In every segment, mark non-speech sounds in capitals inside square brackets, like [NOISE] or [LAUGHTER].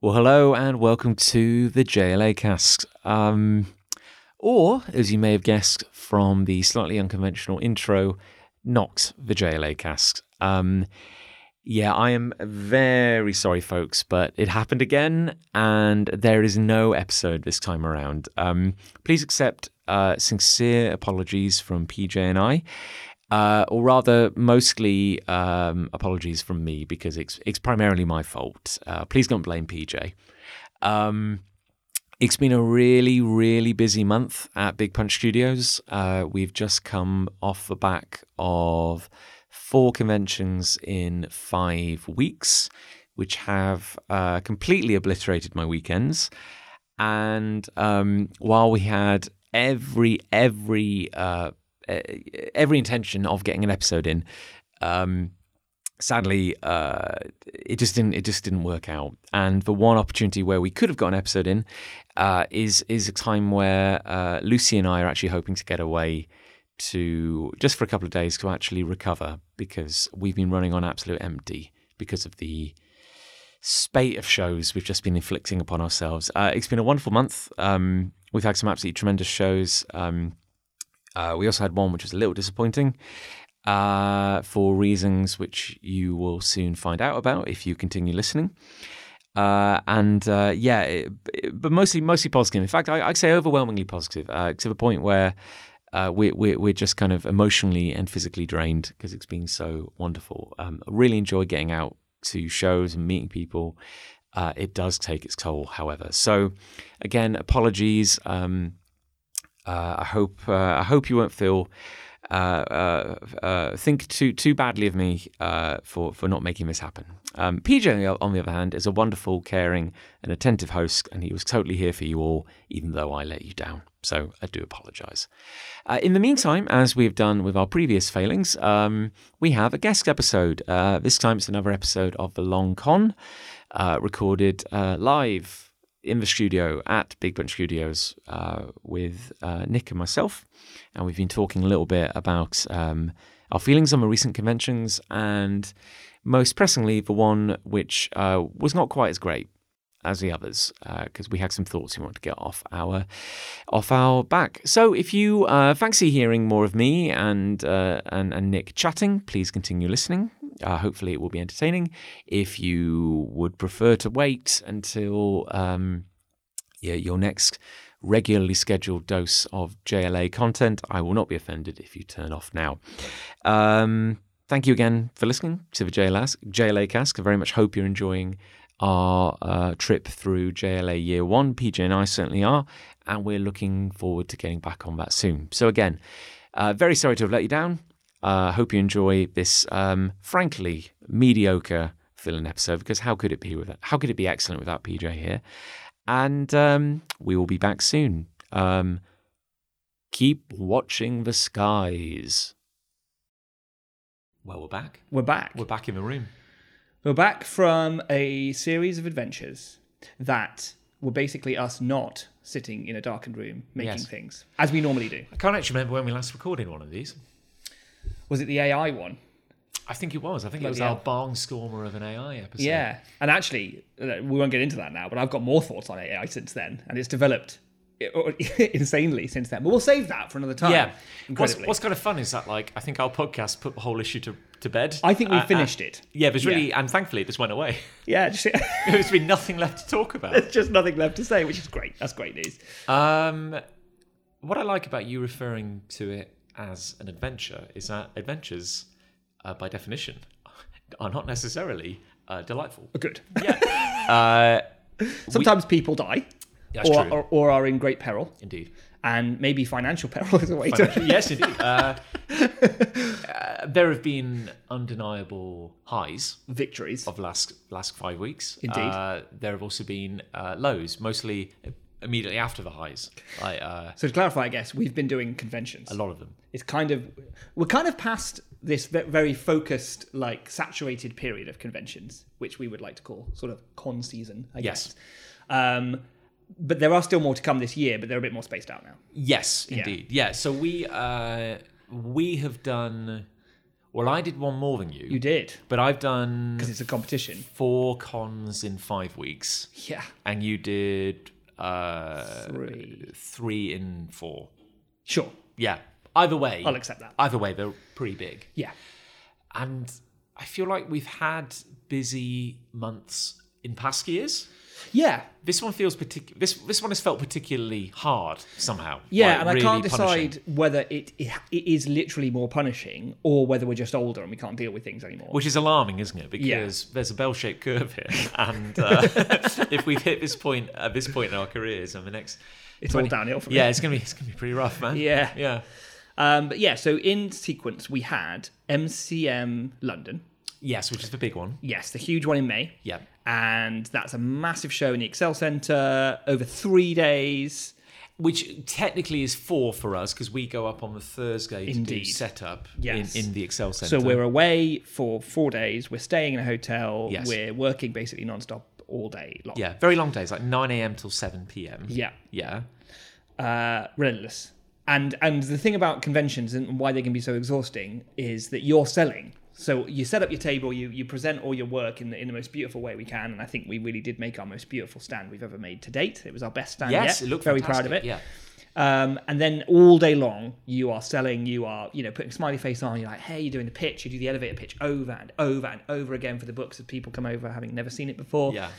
Well, hello and welcome to the JLA cast. Um, or, as you may have guessed from the slightly unconventional intro, not the JLA cast. Um, yeah, I am very sorry, folks, but it happened again, and there is no episode this time around. Um, please accept uh, sincere apologies from PJ and I, uh, or rather, mostly um, apologies from me because it's it's primarily my fault. Uh, please don't blame PJ. Um, it's been a really, really busy month at Big Punch Studios. Uh, we've just come off the back of four conventions in five weeks, which have uh, completely obliterated my weekends. And um, while we had every every uh, e- every intention of getting an episode in, um, sadly, uh, it just didn't. It just didn't work out. And the one opportunity where we could have got an episode in uh, is is a time where uh, Lucy and I are actually hoping to get away to just for a couple of days to actually recover because we've been running on absolute empty because of the spate of shows we've just been inflicting upon ourselves. Uh, it's been a wonderful month. Um, we've had some absolutely tremendous shows. Um, uh, we also had one which was a little disappointing uh, for reasons which you will soon find out about if you continue listening. Uh, and uh, yeah, it, it- but mostly mostly positive. In fact, I, I'd say overwhelmingly positive uh, to the point where uh, we, we, we're just kind of emotionally and physically drained because it's been so wonderful. Um, I really enjoy getting out to shows and meeting people. Uh, it does take its toll, however. So, again, apologies. Um, uh, I hope uh, I hope you won't feel uh, uh, uh, think too too badly of me uh, for for not making this happen. Um, PJ, on the- on the other hand, is a wonderful, caring, and attentive host, and he was totally here for you all, even though I let you down. So I do apologise. Uh, in the meantime, as we've done with our previous failings, um, we have a guest episode. Uh, this time it's another episode of the Long Con, uh, recorded uh, live in the studio at Big Bunch Studios uh, with uh, Nick and myself, and we've been talking a little bit about um, our feelings on the recent conventions, and most pressingly, the one which uh, was not quite as great as the others because we had some thoughts we wanted to get off our off our back. So if you uh, fancy hearing more of me and uh, and and Nick chatting, please continue listening. Uh, hopefully, it will be entertaining. If you would prefer to wait until um, yeah, your next regularly scheduled dose of JLA content, I will not be offended if you turn off now. Um, thank you again for listening to the JLA, JLA Cask. I very much hope you're enjoying our uh, trip through JLA Year One. PJ and I certainly are, and we're looking forward to getting back on that soon. So again, uh, very sorry to have let you down. Uh, hope you enjoy this, um, frankly mediocre fill-in episode because how could it be with How could it be excellent without PJ here? And um, we will be back soon. Um, keep watching the skies. Well, we're back. We're back. We're back in the room. We're back from a series of adventures that were basically us not sitting in a darkened room making Yes. things as we normally do. I can't actually remember when we last recorded one of these. Was it the AI one? I think it was. I think it Bloody was our hell. barnstormer of an AI episode. Yeah. And actually, uh, we won't get into that now, but I've got more thoughts on AI since then, and it's developed i- [LAUGHS] insanely since then. But we'll save that for another time. Yeah. What's, Incredibly. what's kind of fun is that, like, I think our podcast put the whole issue to, to bed. I think we Uh, have finished it. uh, yeah, there's really, and thankfully it just went away. [LAUGHS] Yeah, [LAUGHS] just, there's been nothing left to talk [LAUGHS] about. just nothing left to say, which is great. That's great news. Um, what I like about you referring to it as an adventure is that adventures, uh, by definition, [LAUGHS] are not necessarily uh, delightful. Good. [LAUGHS] Uh, Sometimes people die that's or, true. or, or are in great peril, Indeed. and maybe financial [LAUGHS] peril is a way to. yes, [LAUGHS] indeed. Uh, uh, there have been undeniable highs victories. of last last five weeks. Indeed. uh, there have also been uh, lows, mostly immediately after the highs. Like uh, So to clarify, I guess we've been doing conventions. a lot of them. It's kind of we're kind of past this ve- very focused, like saturated period of conventions, which we would like to call sort of con season. I Yes. guess. Um, but there are still more to come this year, but they're a bit more spaced out now. Yes, indeed. Yeah. So we uh, we have done Well, I did one more than you, You did but I've done because it's a competition. four cons in five weeks, Yeah, and you did uh, Three. three in four. sure, Yeah. Either way, I'll accept that. either way, they're pretty big. Yeah, And I feel like we've had busy months in past years. yeah, This one feels particular. This this one has felt particularly hard somehow. yeah. Like, and really I can't punishing. decide whether it, it it is literally more punishing or whether we're just older and we can't deal with things anymore. Which is alarming, isn't it? Because there's a bell-shaped curve [LAUGHS] here, and uh, [LAUGHS] if we've hit this point at this point in our careers, and the next, it's all downhill from yeah, it's gonna be it's gonna be pretty rough, man. Yeah. yeah, Um, but yeah, so in sequence we had MCM London. yes, which is the big one. Yes, the huge one in May. Yeah, And that's a massive show in the Excel Centre over three days. which technically is four for us because we go up on the Thursday to do Indeed. setup Yes. in, in the Excel Center. So we're away for four days. We're staying in a hotel. Yes. We're working basically nonstop all day long. yeah, very long days, like nine a.m. till seven p.m. Yeah. yeah, uh, relentless. And and the thing about conventions and why they can be so exhausting is that you're selling. So you set up your table, you you present all your work in the in the most beautiful way we can, and I think we really did make our most beautiful stand we've ever made to date. It was our best stand yes, yet. it looked very fantastic. proud of it. Yeah, Um, and then all day long, you are selling, you are, you know, putting smiley face on, you're like, hey, you're doing the pitch, you do the elevator pitch over and over and over again for the books as people come over having never seen it before. yeah,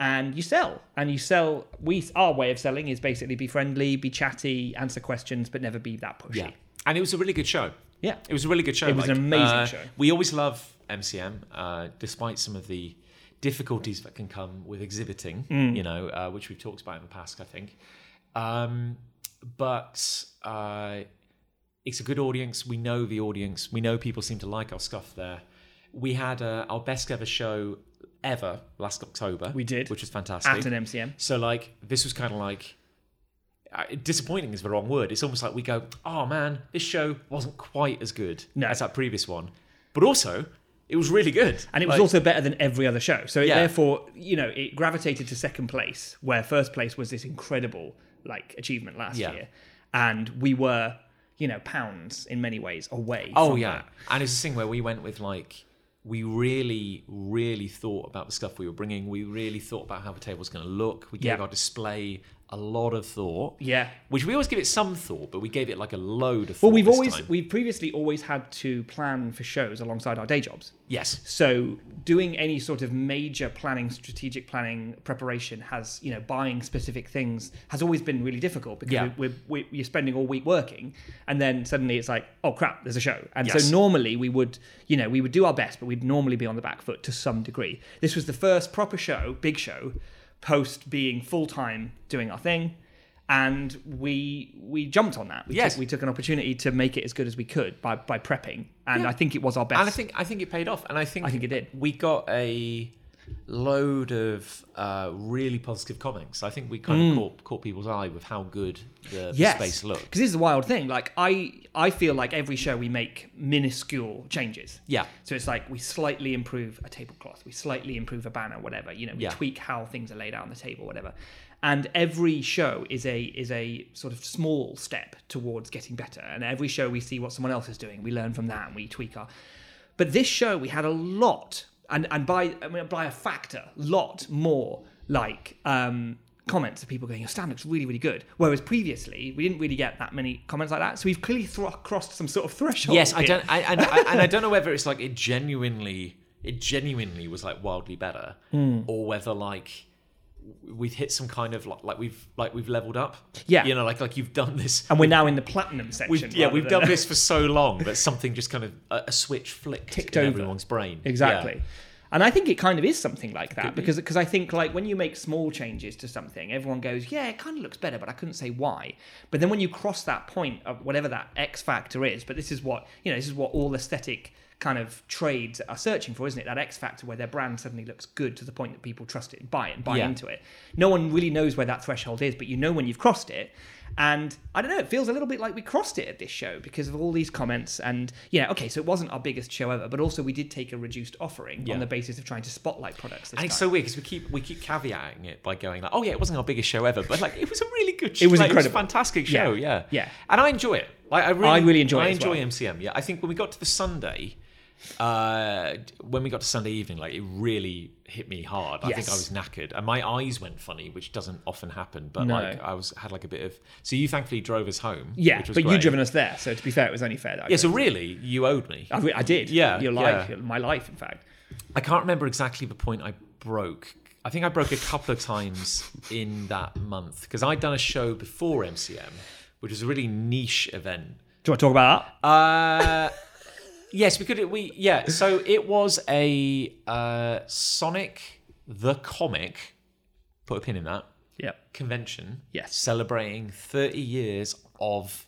And you sell. And you sell we our way of selling is basically be friendly, be chatty, answer questions, but never be that pushy. yeah, and it was a really good show. Yeah. It was a really good show. uh, It was an amazing show. We always love MCM, uh, despite some of the difficulties that can come with exhibiting, Mm. you know, uh, which we've talked about in the past, I think. Um, but uh, it's a good audience. We know the audience. We know people seem to like our stuff there. We had uh, our best ever show ever last October. We did. which was fantastic. At an MCM. So like this was kind of like uh, disappointing is the wrong word. It's almost like we go, oh man, this show wasn't quite as good No. as that previous one, but also it was really good. And it was Like, also better than every other show. So it, Yeah. therefore, you know, it gravitated to second place, where first place was this incredible like achievement last Yeah. year. And we were, you know, pounds in many ways away. oh from yeah, that. and it's a thing where we went with like we really, really thought about the stuff we were bringing. We really thought about how the table was going to look. We gave Yeah. our display a lot of thought. Yeah. Which we always give it some thought, but we gave it like a load of thought. Well, we've this always time. we've previously always had to plan for shows alongside our day jobs. yes, So doing any sort of major planning, strategic planning, preparation has you know buying specific things has always been really difficult because Yeah. we're, we're, we're, you're spending all week working, and then suddenly it's like oh crap, there's a show. And Yes. so normally we would you know we would do our best, but we'd normally be on the back foot to some degree. This was the first proper show, big show, post being full time doing our thing. And we we jumped on that. We, Yes. took, we took an opportunity to make it as good as we could by, by prepping, and I think it was our best. and I think I think it paid off, and I think I think it did. We got a load of uh, really positive comments. I think we kind of caught, caught people's eye with how good the, the space looked. Because this is the wild thing. Like I, I feel like every show we make minuscule changes. Yeah, So it's like we slightly improve a tablecloth, we slightly improve a banner, whatever. You know, we Yeah. tweak how things are laid out on the table, whatever. And every show is a is a sort of small step towards getting better. And every show we see what someone else is doing, we learn from that and we tweak our. But this show we had a lot, and and by I mean, by a factor, lot more like. um Comments of people going, your stand looks really, really good. Whereas previously, we didn't really get that many comments like that. So we've clearly thro- crossed some sort of threshold. yes, I here. don't, I, and I, and I don't know whether it's like it genuinely, it genuinely was like wildly better, or whether like we've hit some kind of like, like we've like we've leveled up. Yeah. you know, like like you've done [LAUGHS] this. And we're now in the platinum section. We've, yeah, rather we've [LAUGHS] than- done this for so long that something just kind of a, a switch flicked Ticked in over. everyone's brain. Yeah. [LAUGHS] Exactly. And I think it kind of is something like that because because I think like when you make small changes to something, everyone goes, yeah, it kind of looks better, but I couldn't say why. But then when you cross that point of whatever that X factor is, but this is what you know, this is what all aesthetic kind of trades are searching for, isn't it? That X factor where their brand suddenly looks good to the point that people trust it and buy it and buy Yeah. into it. No one really knows where that threshold is, but you know when you've crossed it. And I don't know, it feels a little bit like we crossed it at this show because of all these comments. And yeah, okay, so it wasn't our biggest show ever, but also we did take a reduced offering Yeah. on the basis of trying to spotlight products this And time. it's so weird because we keep we keep caveating it by going like, oh yeah, it wasn't our biggest show ever, but like it was a really good show. It was like, It was a incredible. fantastic Yeah. show. Yeah. Yeah. And I enjoy it. Like I really, I really enjoy I it as enjoy well. MCM. Yeah. I think when we got to the Sunday, uh, when we got to Sunday evening, like it really hit me hard. I think I was Yes. knackered, and my eyes went funny, which doesn't often happen. But No. like I was had like a bit of. So you thankfully drove us home. Yeah, which was but great. you'd driven us there, so to be fair, it was only fair that I Yeah, so really, you owed me. I, I did. Yeah, your life, yeah. your- my life, in fact. I can't remember exactly the point I broke. I think I broke a couple of times in that month because I'd done a show before MCM, which was a really niche event. Do you want to talk about that? Uh, yes, we could. We yeah. So it was a uh, Sonic the Comic. Put a pin in that yeah. convention. Yes. celebrating thirty years of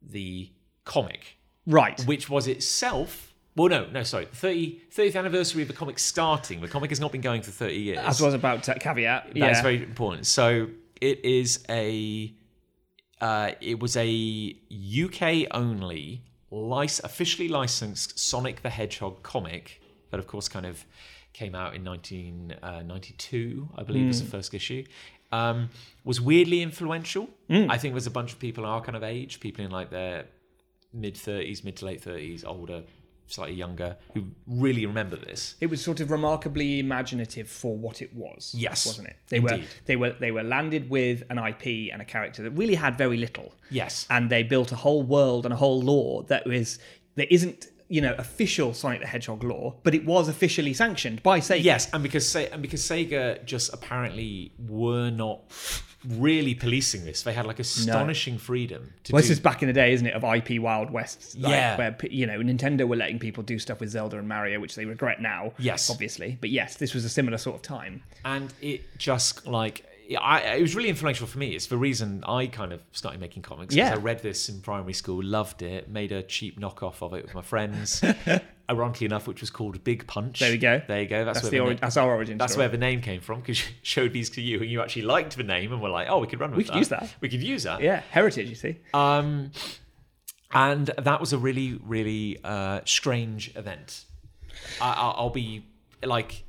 the comic Right. [LAUGHS] which was itself. Well, no, no, sorry. 30, 30th anniversary of the comic starting. The comic has not been going for 30 years. As was about to caveat. That is yeah. very important. So it is a. Uh, it was a UK only, lic- officially licensed Sonic the Hedgehog comic that, of course, kind of came out in 1992, I believe, was the first issue. Um, was weirdly influential. I think there's a bunch of people our kind of age, people in like their mid 30s, mid to late 30s, older, slightly younger, who really remember this. it was sort of remarkably imaginative for what it was. Yes, wasn't it? They were indeed. they were they were landed with an IP and a character that really had very little. Yes. and they built a whole world and a whole lore that is that isn't you know official Sonic the Hedgehog lore, but it was officially sanctioned by Sega. Yes, and because Se- and because Sega just apparently were not really policing this. They had like astonishing freedom to Well, do. this is back in the day, isn't it, of IP Wild West? like, Yeah. Where, p- you know, Nintendo were letting people do stuff with Zelda and Mario, which they regret now. Yes. Obviously. But yes, this was a similar sort of time. and it just like I, it was really influential for me. It's the reason I kind of started making comics. 'cause Yeah. I read this in primary school, loved it, made a cheap knockoff of it with my [LAUGHS] friends. Ironically enough, which was called Big Punch. There we go. There you go. That's, That's, where the the ori- na- that's our origin That's story. where the name came from because you [LAUGHS] showed these to you and you actually liked the name and were like, oh, we could run with could use that. We could use that. Yeah, heritage, you see. Um, and that was a really, really uh, strange event. I, I- I'll be like,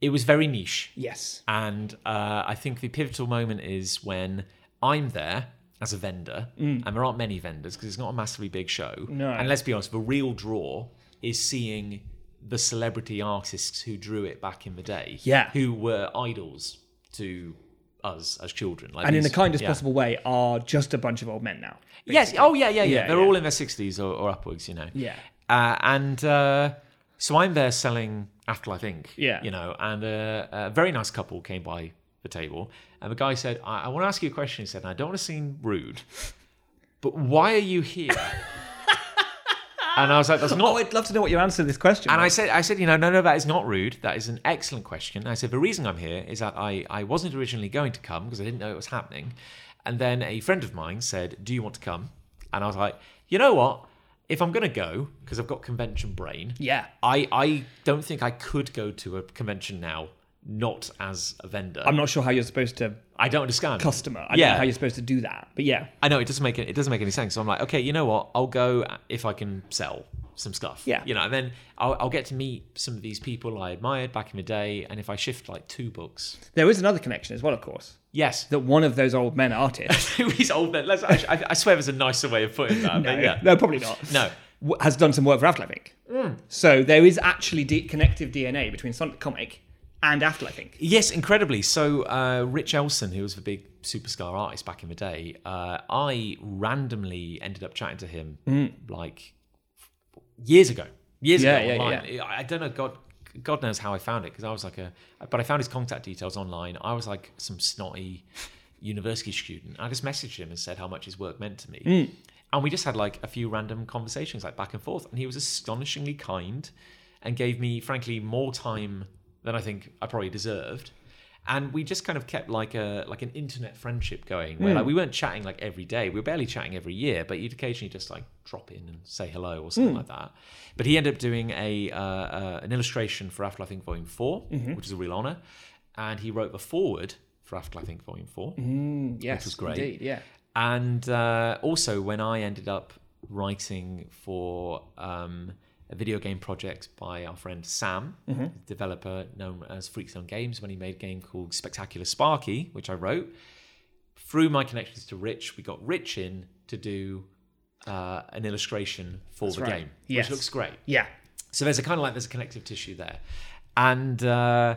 it was very niche. yes. And uh, I think the pivotal moment is when I'm there as a vendor, and there aren't many vendors because it's not a massively big show. Mm. No. And let's be honest, the real draw is seeing the celebrity artists who drew it back in the day, Yeah. who were idols to us as children. Like And in the these- kindest yeah. possible way, are just a bunch of old men now. Yes. Oh, yeah, yeah, yeah. Yeah, They're yeah. all in their sixties or, or upwards, you know. Yeah. Uh, and uh, so I'm there selling Afterlife Inc. Yeah. You know, and a, a very nice couple came by the table, and the guy said, "I, I want to ask you a question." He said, and "I don't want to seem rude, but why are you here?" [LAUGHS] and I was like, "That's not." Oh, I'd love to know what your answer to this question and I was. said, I said, you know, no, no, that is not rude. That is an excellent question. And I said, the reason I'm here is that I, I wasn't originally going to come because I didn't know it was happening. And then a friend of mine said, do you want to come? And I was like, you know what? If I'm going to go, because I've got convention brain, Yeah. I, I don't think I could go to a convention now, not as a vendor. I'm not sure how you're supposed to I don't understand. customer. I don't Yeah. know how you're supposed to do that. But yeah. I know it doesn't make it, it doesn't make any sense. So I'm like, okay, you know what? I'll go if I can sell some stuff. Yeah. You know, and then I'll, I'll get to meet some of these people I admired back in the day. And if I shift like two books, There is another connection as well, of course, [LAUGHS] yes, [LAUGHS] that one of those old men [LAUGHS] artists. he's old men. Let's, I, I swear, there's a nicer way of putting that. no, but yeah. no, Hmm. probably not. No. w- has done some work for Afterlife Inc. So there is actually de- connective DNA between Sonic the Comic and Afterlife Inc. Yes, incredibly. So, uh, Rich Elson, who was the big superstar artist back in the day, uh, I randomly ended up chatting to him Mm. like years ago. Years Yeah, ago yeah, online. I I don't know. God, God knows how I found it because I was like a, but I found his contact details online. I was like some snotty university student. I just messaged him and said how much his work meant to me. Hmm. And we just had like a few random conversations, like back and forth. And he was astonishingly kind and gave me, frankly, more time than I think I probably deserved. And we just kind of kept like a like an internet friendship going where like we weren't chatting like every day. We were barely chatting every year, but you'd occasionally just like drop in and say hello or something like that. But he ended up doing a uh, uh, an illustration for Afterlife Inc. Volume 4 which is a real honor. And he wrote the foreword for Afterlife Inc. Volume Four. Hmm, Yes, was great. Indeed, yeah. And uh, also, when I ended up writing for um, a video game project by our friend Sam, Mm-hmm. developer known as Freakzone Games, when he made a game called Spectacular Sparky, which I wrote, through my connections to Rich, we got Rich in to do uh, an illustration for the right. game, Yes. which looks great. Yeah. So there's a kind of like there's a connective tissue there, and uh,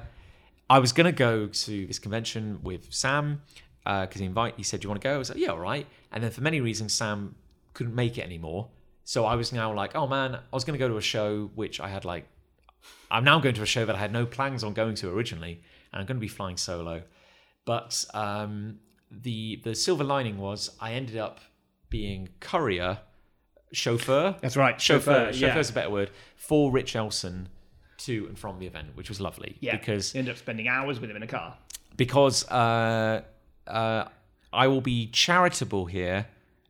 I was gonna go to this convention with Sam because he invite he said, "Do you want to go?" I was like, "Yeah, all right." And then for many reasons, Sam couldn't make it anymore, so I was now like, "Oh man, I was gonna go to a show which I had like, I'm now going to a show that I had no plans on going to originally, and I'm gonna be flying solo." But um, the the silver lining was I ended up being courier chauffeur. That's right, chauffeur. chauffeur, Chauffeur's yeah. a better word for Rich Elson to and from the event, which was lovely. Yeah, because you end up spending hours with him in a car. because uh, uh, I will be charitable here,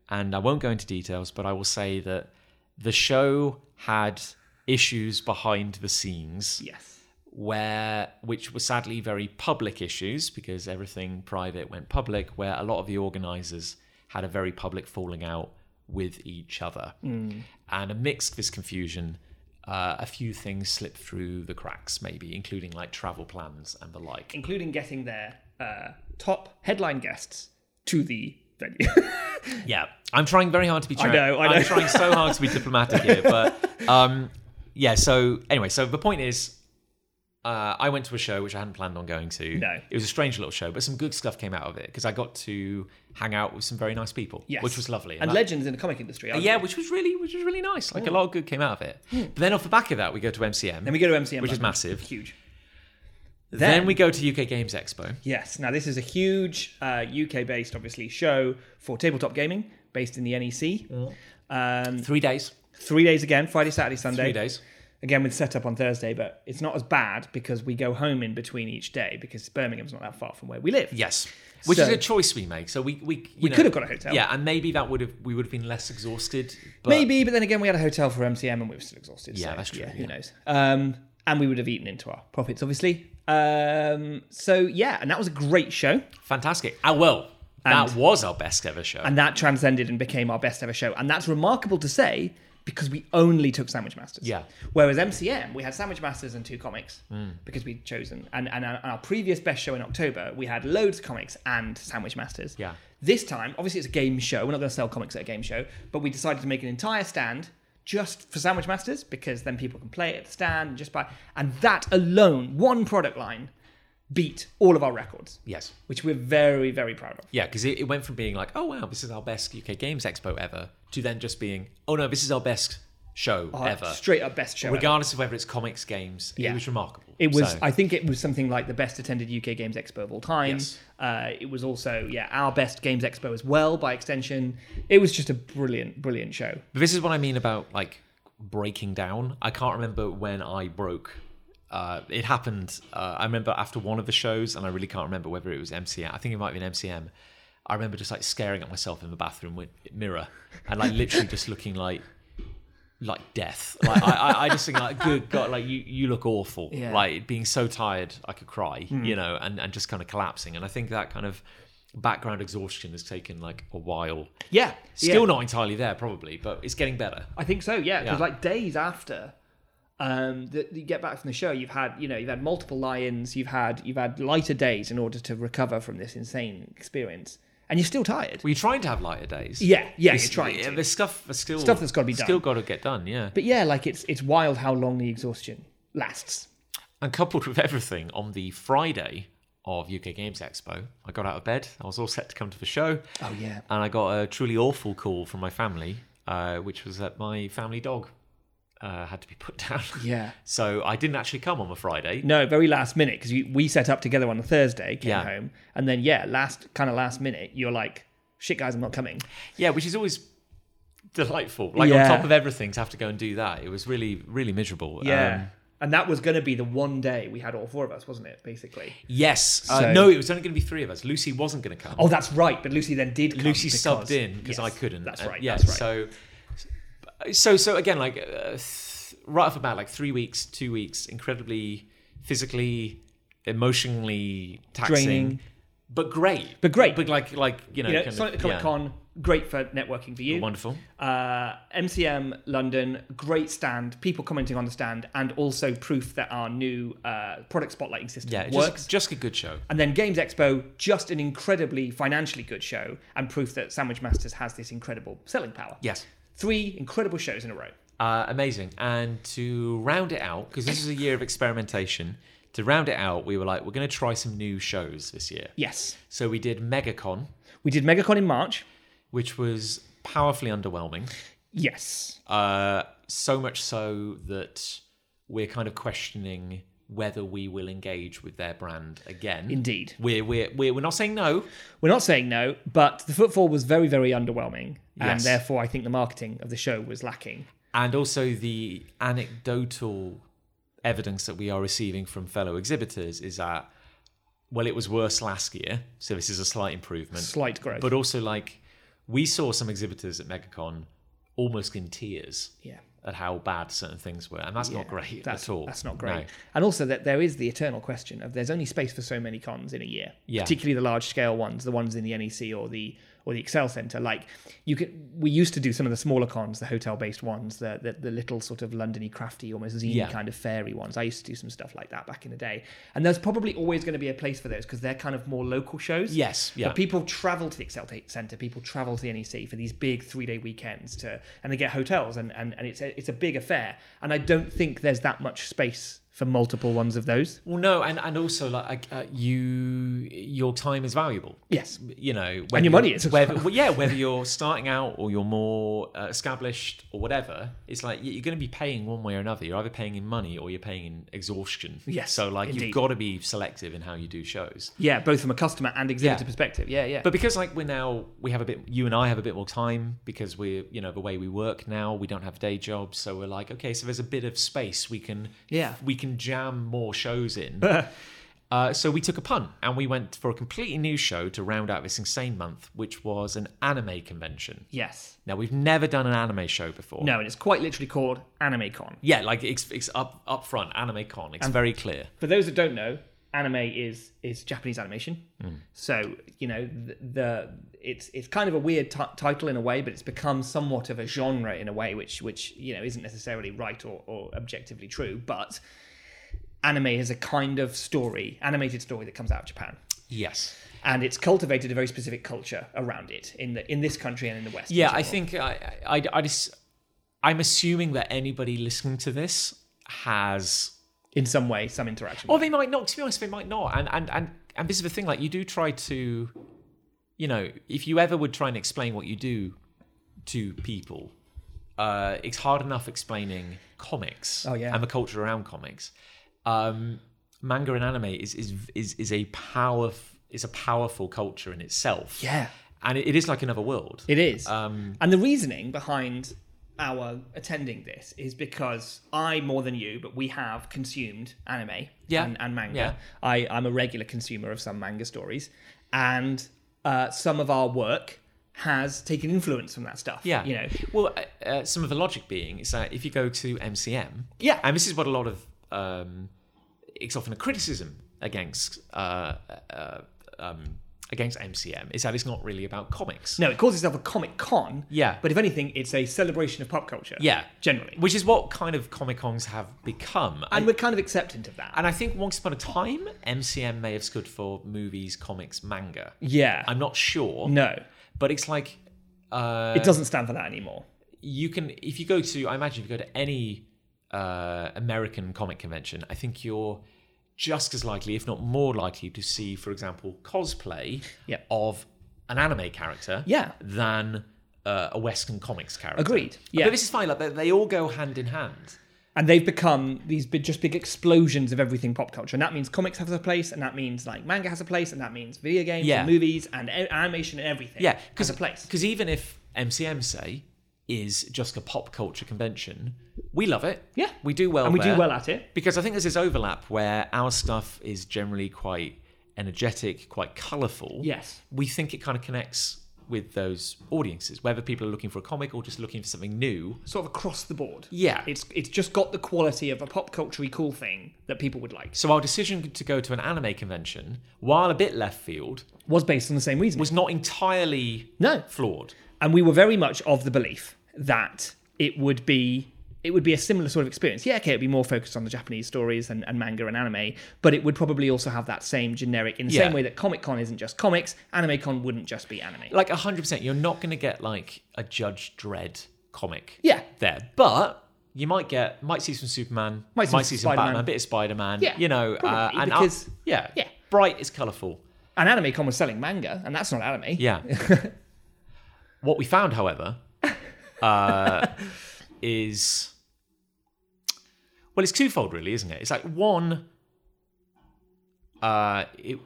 and I won't go into details, but I will say that the show had issues behind the scenes Yes, where which were sadly very public issues because everything private went public where a lot of the organizers had a very public falling out with each other and amidst this confusion uh, a few things slipped through the cracks maybe including like travel plans and the like including getting their uh, top headline guests to the venue. [LAUGHS] Yeah, I'm trying very hard to be. Chari- know, I know. am trying so hard to be diplomatic here, [LAUGHS] but um, yeah. So anyway, so the point is, uh, I went to a show which I hadn't planned on going to. No. it was a strange little show, but some good stuff came out of it because I got to hang out with some very nice people, yes, which was lovely. And I- legends in the comic industry. aren't yeah, they? which was really, which was really nice. Like a lot of good came out of it. But then off the back of that, we go to MCM. Hmm. Then we go to MCM, Which is London. massive. huge. then we go to UK Games Expo. Yes. Now, this is a huge uh, UK based, obviously, show for tabletop gaming based in the NEC. Um, Three days. three days again Friday, Saturday, Sunday. Mm. Three days. Again, with setup on Thursday, but it's not as bad because we go home in between each day because Birmingham's not that far from where we live. Yes. Which is So- a choice we make. So we we you We know, could have got a hotel. Yeah, and maybe that would have we would have been less exhausted. But Maybe, but then again, we had a hotel for MCM and we were still exhausted. Yeah, so, that's true, Yeah, yeah. Who knows? Um, and we would have eaten into our profits, obviously. Um, so, yeah, and that was a great show. Fantastic. Ah, well, that And- was our best ever show. And that transcended and became our best ever show. And that's remarkable to say because we only took Sandwich Masters. Yeah. Whereas MCM, we had Sandwich Masters and two comics Hmm. because we'd chosen. And, and our, our previous best show in October, we had loads of comics and Sandwich Masters. Yeah. This time, obviously, it's a game show. We're not going to sell comics at a game show, but we decided to make an entire stand just for Sandwich Masters because then people can play it at the stand and just buy. And that alone, one product line, beat all of our records, yes. which we're very, very proud of. Yeah, because it, it went from being like, oh wow, this is our best UK Games Expo ever, to then just being, oh no, this is our best show Our ever, Straight up best show. ever. regardless of whether it's comics, games. Oh, Yeah. It was remarkable. It was, So, I think, it was something like the best attended UK Games Expo of all time. Yes. Uh, it was also, yeah, our best Games Expo as well, by extension. It was just a brilliant, brilliant show. but this is what I mean about like breaking down. I can't remember when I broke. Uh, it happened. Uh, I remember after one of the shows, and I really can't remember whether it was MCM. I think it might have been MCM. I remember just like scaring at myself in the bathroom with mirror, and like literally just looking like like death. Like I, I, I just think like good God, like you, you look awful. Yeah. Like being so tired, I could cry, you know, and, and just kind of collapsing. And I think that kind of background exhaustion has taken like a while. Yeah. Still yeah. not entirely there, probably, but it's getting better. I think so, yeah. Because, Yeah. like, days after. Um, that you get back from the show, you've had you know you've had multiple lie-ins, you've had you've had lighter days in order to recover from this insane experience, and you're still tired. We're trying to have lighter days. yeah, yeah, It's- you're trying. yeah, to. There's stuff. There's still Stuff that's gotta be done. Still got to get done. Yeah. But yeah, like it's it's wild how long the exhaustion lasts. And coupled with everything, on the Friday of UK Games Expo, I got out of bed. I was all set to come to the show. Oh yeah, and I got a truly awful call from my family, uh, which was that my family dog uh, had to be put [LAUGHS] down. yeah. So I didn't actually come on a Friday. No, very last minute because we set up together on a Thursday, came Yeah. home, and then yeah, last kind of last minute, you're like, "Shit, guys, I'm not coming." Yeah, which is always delightful. Like Yeah. on top of everything, to have to go and do that, it was really, really miserable. Um, and that was going to be the one day we had all four of us, wasn't it? Basically. yes. Uh, So- no, it was only going to be three of us. Lucy wasn't going to come. Oh, that's right. But Lucy then did. Come Lucy because- subbed in because I yes, couldn't. That's Uh, right. yeah. that's right. So, so, so again, like uh, th- right off the bat, like three weeks, two weeks, incredibly physically, emotionally taxing, Draining. but great, But great. but like, like you know, you know, kind of- Sonic the Comic yeah. Con, great for networking for you. wonderful. Uh, MCM London, great stand, people commenting on the stand, and also proof that our new uh, product spotlighting system Yeah, it works. Just, just a good show. And then Games Expo, just an incredibly financially good show and proof that Sandwich Masters has this incredible selling power. Yes. Three incredible shows in a row. Uh, amazing. And to round it out, because this is a year of experimentation, to round it out, we were like, we're going to try some new shows this year. Yes. So we did MegaCon, We did MegaCon in March. which was powerfully underwhelming. Yes. Uh, so much so that we're kind of questioning whether we will engage with their brand again. Indeed. We're, we're, we're, we're not saying no. We're not saying no, but the footfall was very, very underwhelming. And Yes. therefore, I think the marketing of the show was lacking. And also the anecdotal evidence that we are receiving from fellow exhibitors is that, well, it was worse last year. So this is a slight improvement. Slight growth. But also, like, we saw some exhibitors at MegaCon almost in tears yeah. at how bad certain things were. And that's not great That's, at all. that's not great. No. And also that there is the eternal question of there's only space for so many cons in a year, Yeah. particularly the large scale ones, the ones in the NEC or the or the Excel Centre. Like you could, we used to do some of the smaller cons, the hotel based ones, the, the the little sort of Londony crafty, almost zine Yeah. kind of fairy ones. I used to do some stuff like that back in the day. And there's probably always going to be a place for those because they're kind of more local shows. Yes, yeah. But people travel to the Excel Ta- Centre, people travel to the NEC for these big three day weekends to, and they get hotels, and, and, and it's, a, it's a big affair. And I don't think there's that much space for multiple ones of those. Well, no, and, and also like uh, you, your time is valuable. Yes. You know, whether And your you're- money is as whether, well, yeah, whether you're starting out or you're more uh, established or whatever, it's like you- you're going to be paying one way or another. You're either paying in money or you're paying in exhaustion. Yes, So like indeed. you've got to be selective in how you do shows. Yeah, both from a customer and exhibitor Yeah. perspective. Yeah, yeah. But because like we're now we have a bit you and I have a bit more time because we're you know the way we work now we don't have day jobs so we're like okay so there's a bit of space we can Yeah. we can jam more shows [LAUGHS] in. uh, so we took a pun and we went for a completely new show to round out this insane month which was an anime convention. yes. Now we've never done an anime show before. No, and it's quite literally called AnimeCon. Yeah, like it's, it's up up front anime con. It's very clear. For those that don't know, anime is is Japanese animation. Hmm. So you know the, the it's it's kind of a weird ti title in a way, but it's become somewhat of a genre in a way, which which you know isn't necessarily right or, or objectively true, but. Anime is a kind of story, animated story that comes out of Japan, Yes. and it's cultivated a very specific culture around it in the in this country and in the West. in Yeah, I general. think I, I, I just, I'm assuming that anybody listening to this has, in some way some interaction. or they might not. To be honest, they might not. And and and and this is the thing. Like, you do try to, you know, if you ever would try and explain what you do to people, uh, it's hard enough explaining comics. Oh, yeah. and the culture around comics. Um, manga and anime is is is is a power is a powerful culture in itself. Yeah. and it, it is like another world. It is. Um, and the reasoning behind our attending this is because I, more than you, but we have consumed anime Yeah. and, and manga. Yeah. I, I'm a regular consumer of some manga stories, and uh, some of our work has taken influence from that stuff. Yeah. You know, Well, uh, uh, some of the logic being is that if you go to MCM, Yeah. and this is what a lot of um, it's often a criticism against uh, uh, um, against MCM is that it's not really about comics. no, it calls itself a comic con. Yeah. But if anything, it's a celebration of pop culture. Yeah. Generally. Which is what kind of comic cons have become. and we're kind of acceptant of that. and I think once upon a time, MCM may have stood for movies, comics, manga. yeah. I'm not sure, no, but it's like uh, it doesn't stand for that anymore. you can if you go to i imagine if you go to any uh, american comic convention i think you're just as likely if not more likely to see for example cosplay Yeah. of an anime character Yeah. than uh, a western comics character Agreed, yeah. but this is fine like they, they all go hand in hand and they've become these big, just big explosions of everything pop culture and that means comics have a place and that means like manga has a place and that means video games Yeah. and movies and a- animation and everything yeah has a place because even if mcm say is just a pop culture convention we love it Yeah. we do well and we do there. well at it because I think there's this overlap where our stuff is generally quite energetic, quite colourful. Yes. We think it kind of connects with those audiences, whether people are looking for a comic or just looking for something new. sort of across the board Yeah. it's it's just got the quality of a pop culture cool thing that people would like So our decision to go to an anime convention, while a bit left field, was based on the same reason was not entirely no flawed. and we were very much of the belief that it would be it would be a similar sort of experience. Yeah, okay, it'd be more focused on the Japanese stories and, and manga and anime, but it would probably also have that same generic in the Yeah. same way that Comic Con isn't just comics, Anime Con wouldn't just be anime. Like 100%, you're not going to get like a Judge Dredd comic Yeah. there. But you might get might see some Superman, Might might see see, some some Spider-Man. Batman, a bit of Spider Man. Yeah, you know, uh, probably, and because- I- yeah, yeah. bright is colourful. And AnimeCon was selling manga, and that's not anime. Yeah. what we found, however, uh, is well, it's twofold, really, isn't it? It's like one, uh, it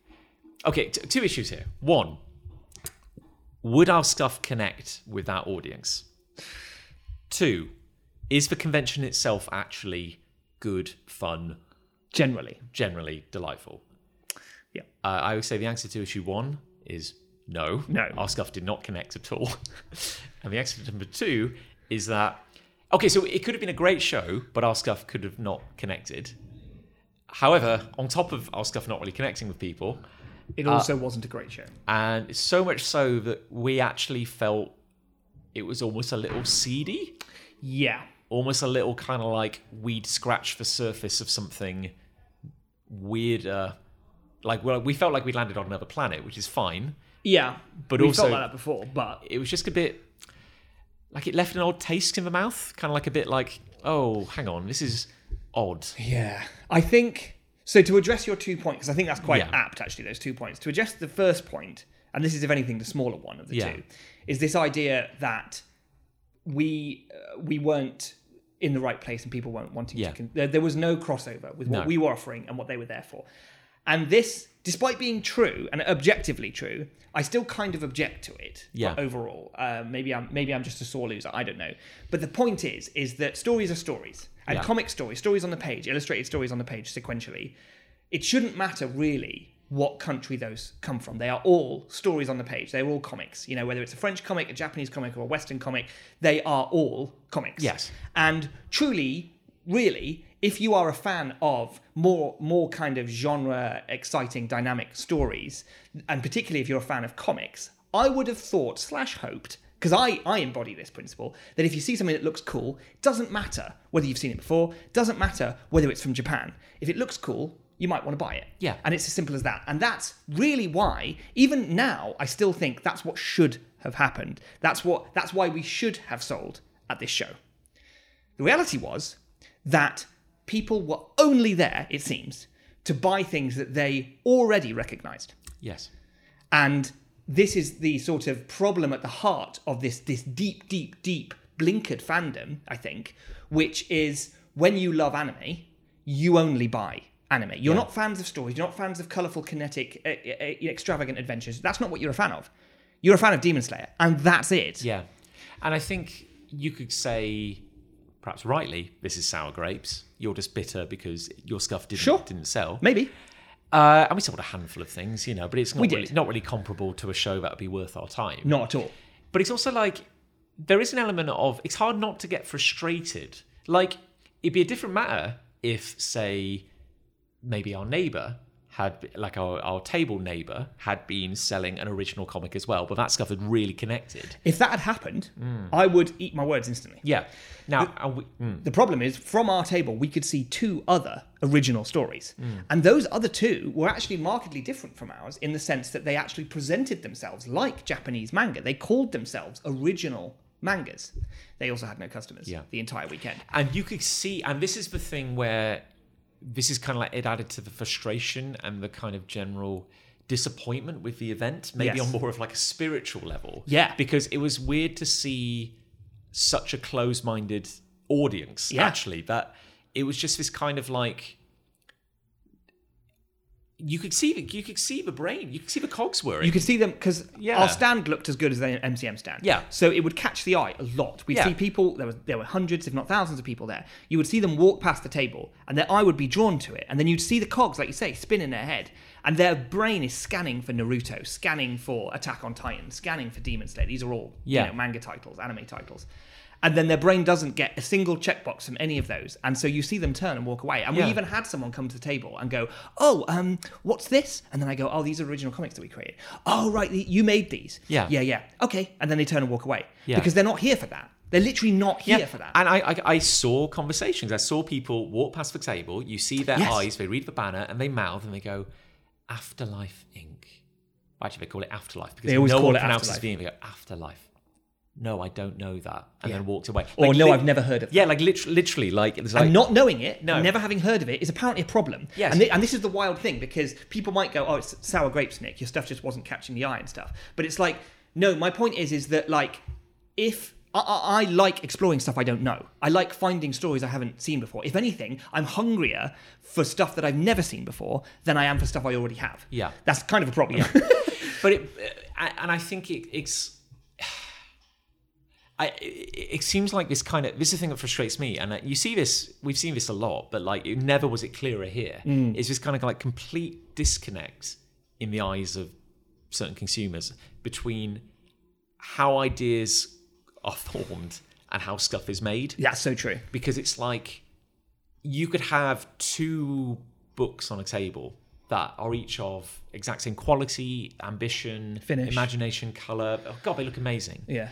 [SIGHS] okay, t- two issues here. One, would our stuff connect with our audience? Two, is the convention itself actually good, fun, Generally. generally delightful? Yeah. Uh, I would say the answer to issue one is no. No. Our stuff did not connect at all. [LAUGHS] and the answer to number two is that, okay, so it could have been a great show, but our stuff could have not connected. However, on top of our stuff not really connecting with people, It Ah. also wasn't a great show. and it's so much so that we actually felt it was almost a little seedy, Yeah. almost a little kind of like we'd scratch the surface of something weirder. Like, well, we felt like we'd landed on another planet, which is fine. Yeah. But we also- felt like that before, but it was just a bit like it left an odd taste in the mouth, kind of like a bit like, oh, hang on, this is odd. Yeah. I think so to address your two points, because I think that's quite Yeah. apt actually, those two points. To address the first point, and this is if anything the smaller one of the Yeah. two, is this idea that we uh, we weren't in the right place and people weren't wanting Yeah. to con- there, there was no crossover with what No. we were offering and what they were there for. And this, despite being true and objectively true, I still kind of object to it Yeah. overall. Uh, maybe I'm maybe I'm just a sore loser. I don't know. But the point is, is that stories are stories, and Yeah. comic stories, stories on the page, illustrated stories on the page sequentially. It shouldn't matter really what country those come from. They are all stories on the page. They're all comics. You know, whether it's a French comic, a Japanese comic, or a Western comic, they are all comics. Yes. And truly, really, if you are a fan of more more kind of genre exciting dynamic stories, and particularly if you're a fan of comics, I would have thought slash hoped because I, I embody this principle that if you see something that looks cool, doesn't matter whether you've seen it before, doesn't matter whether it's from Japan. If it looks cool, you might want to buy it. Yeah. And it's as simple as that. And that's really why, even now, I still think that's what should have happened. That's what that's why we should have sold at this show. The reality was that people were only there, it seems, to buy things that they already recognized. Yes. And this is the sort of problem at the heart of this this deep, deep, deep blinkered fandom, I think, which is when you love anime, you only buy anime. You're not fans of stories. You're not fans of colorful, kinetic, uh, uh, extravagant adventures. That's not what you're a fan of. You're a fan of Demon Slayer, and that's it. Yeah. And I think you could say, perhaps rightly, this is sour grapes. You're just bitter because your stuff didn't, Sure. didn't sell. Maybe. Uh, and we sold a handful of things, you know, but it's not, We really, did. not really comparable to a show that would be worth our time. Not at all. but it's also like there is an element of it's hard not to get frustrated. Like it'd be a different matter if, say, maybe our neighbor had like our, our table neighbor had been selling an original comic as well, but that stuff had really connected. If that had happened, I would eat my words instantly. Yeah. Now, and we, mm, The problem is, from our table, we could see two other original stories. And those other two were actually markedly different from ours in the sense that they actually presented themselves like Japanese manga. They called themselves original mangas. They also had no customers Yeah. the entire weekend. and you could see, and this is the thing where this is kind of like it added to the frustration and the kind of general disappointment with the event, maybe Yes. on more of like a spiritual level. Yeah. Because it was weird to see such a closed minded audience, Yeah. actually, that it was just this kind of like you could see the you could see the brain, you could see the cogs working. You could see them because Yeah. our stand looked as good as the MCM stand. Yeah. So it would catch the eye a lot. We'd Yeah. see people, there, was, there were hundreds, if not thousands of people there. You would see them walk past the table and their eye would be drawn to it. And then you'd see the cogs, like you say, spin in their head. And their brain is scanning for Naruto, scanning for Attack on Titan, scanning for Demon Slayer. These are all Yeah. you know, manga titles, anime titles. And then their brain doesn't get a single checkbox from any of those. And so you see them turn and walk away. And we Yeah. even had someone come to the table and go, "Oh, um, what's this?" And then I go, "Oh, these are original comics that we created. Oh, right, the- you made these. Yeah. yeah, yeah. Okay." And then they turn and walk away Yeah. because they're not here for that. They're literally not here for that. And I, I, I saw conversations. I saw people walk past the table. You see their Yes. eyes. They read the banner and they mouth and they go, "Afterlife Inc." Actually, they call it Afterlife because They always no call one it pronounces Afterlife. the name. They go Afterlife. no, I don't know that, and then walked away. Or Like, no, lit- I've never heard of Yeah, like literally, literally like it's like and not knowing it, No. never having heard of it, is apparently a problem. Yes. And, thi- and this is the wild thing because people might go, "Oh, it's sour grapes, Nick. Your stuff just wasn't catching the eye and stuff." But it's like, no. My point is, is that like, if I, I, I like exploring stuff I don't know, I like finding stories I haven't seen before. If anything, I'm hungrier for stuff that I've never seen before than I am for stuff I already have. Yeah. That's kind of a problem. [LAUGHS] but it, I- and I think it, it's. [SIGHS] I, it it seems like this kind of this is the thing that frustrates me, and uh, you see this. We've seen this a lot, but like it never was it clearer here. It's this kind of like complete disconnect in the eyes of certain consumers between how ideas are formed and how stuff is made That's so true. because it's like you could have two books on a table that are each of exact same quality, ambition, Finish. imagination, color. Oh god, they look amazing. Yeah.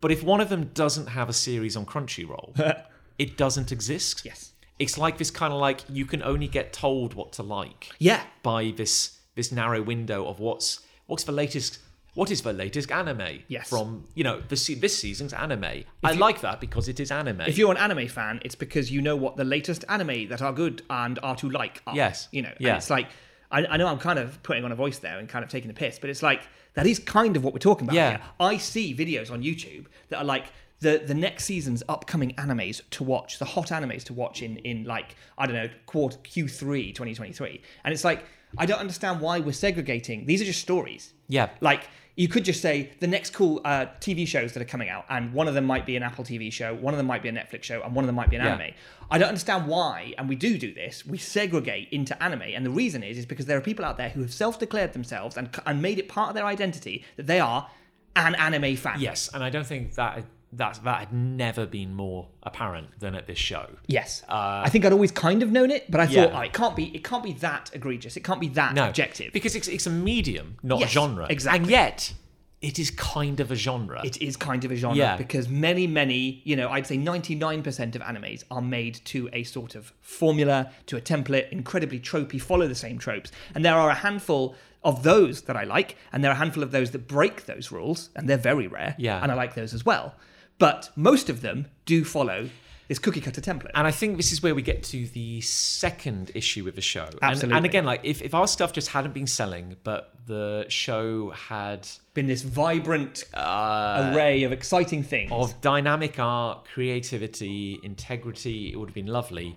But if one of them doesn't have a series on [LAUGHS] Crunchyroll, it doesn't exist. Yes. It's like this kind of like you can only get told what to like Yeah. by this this narrow window of what's what's the latest what is the latest anime Yes. from you know the se- this season's anime. I like that because it is anime. If you're an anime fan, it's because you know what the latest anime that are good and are to like are. Yes. You know, and Yeah. it's like, I, I know I'm kind of putting on a voice there and kind of taking the piss, but it's like, that is kind of what we're talking about Yeah. here. I see videos on YouTube that are like, the, the next season's upcoming animes to watch, the hot animes to watch in, in like, I don't know, quarter Q3 2023. And it's like, I don't understand why we're segregating. These are just stories. Yeah. Like you could just say the next cool uh, TV shows that are coming out, and one of them might be an Apple TV show, one of them might be a Netflix show, and one of them might be an Yeah. anime. I don't understand why, and we do do this. We segregate into anime, and the reason is is because there are people out there who have self-declared themselves and and made it part of their identity that they are an anime fan. Yes, and I don't think that that that had never been more apparent than at this show. Yes. I think I'd always kind of known it, but I thought, Uh, yeah. oh, it can't be. It can't be that egregious. It can't be that objective. because it's it's a medium, not Yes, a genre. exactly. and yet it is kind of a genre. it is kind of a genre Yeah. because many, many, you know, I'd say 99% of animes are made to a sort of formula, to a template, incredibly tropey, follow the same tropes. And there are a handful of those that I like, and there are a handful of those that break those rules, and they're very rare. Yeah. And I like those as well. But most of them do follow this cookie cutter template. and I think this is where we get to the second issue with the show. And- And, Absolutely. again, like if, if our stuff just hadn't been selling, but the show had Been this vibrant array of exciting things. Uh, of dynamic art, creativity, integrity, it would have been lovely.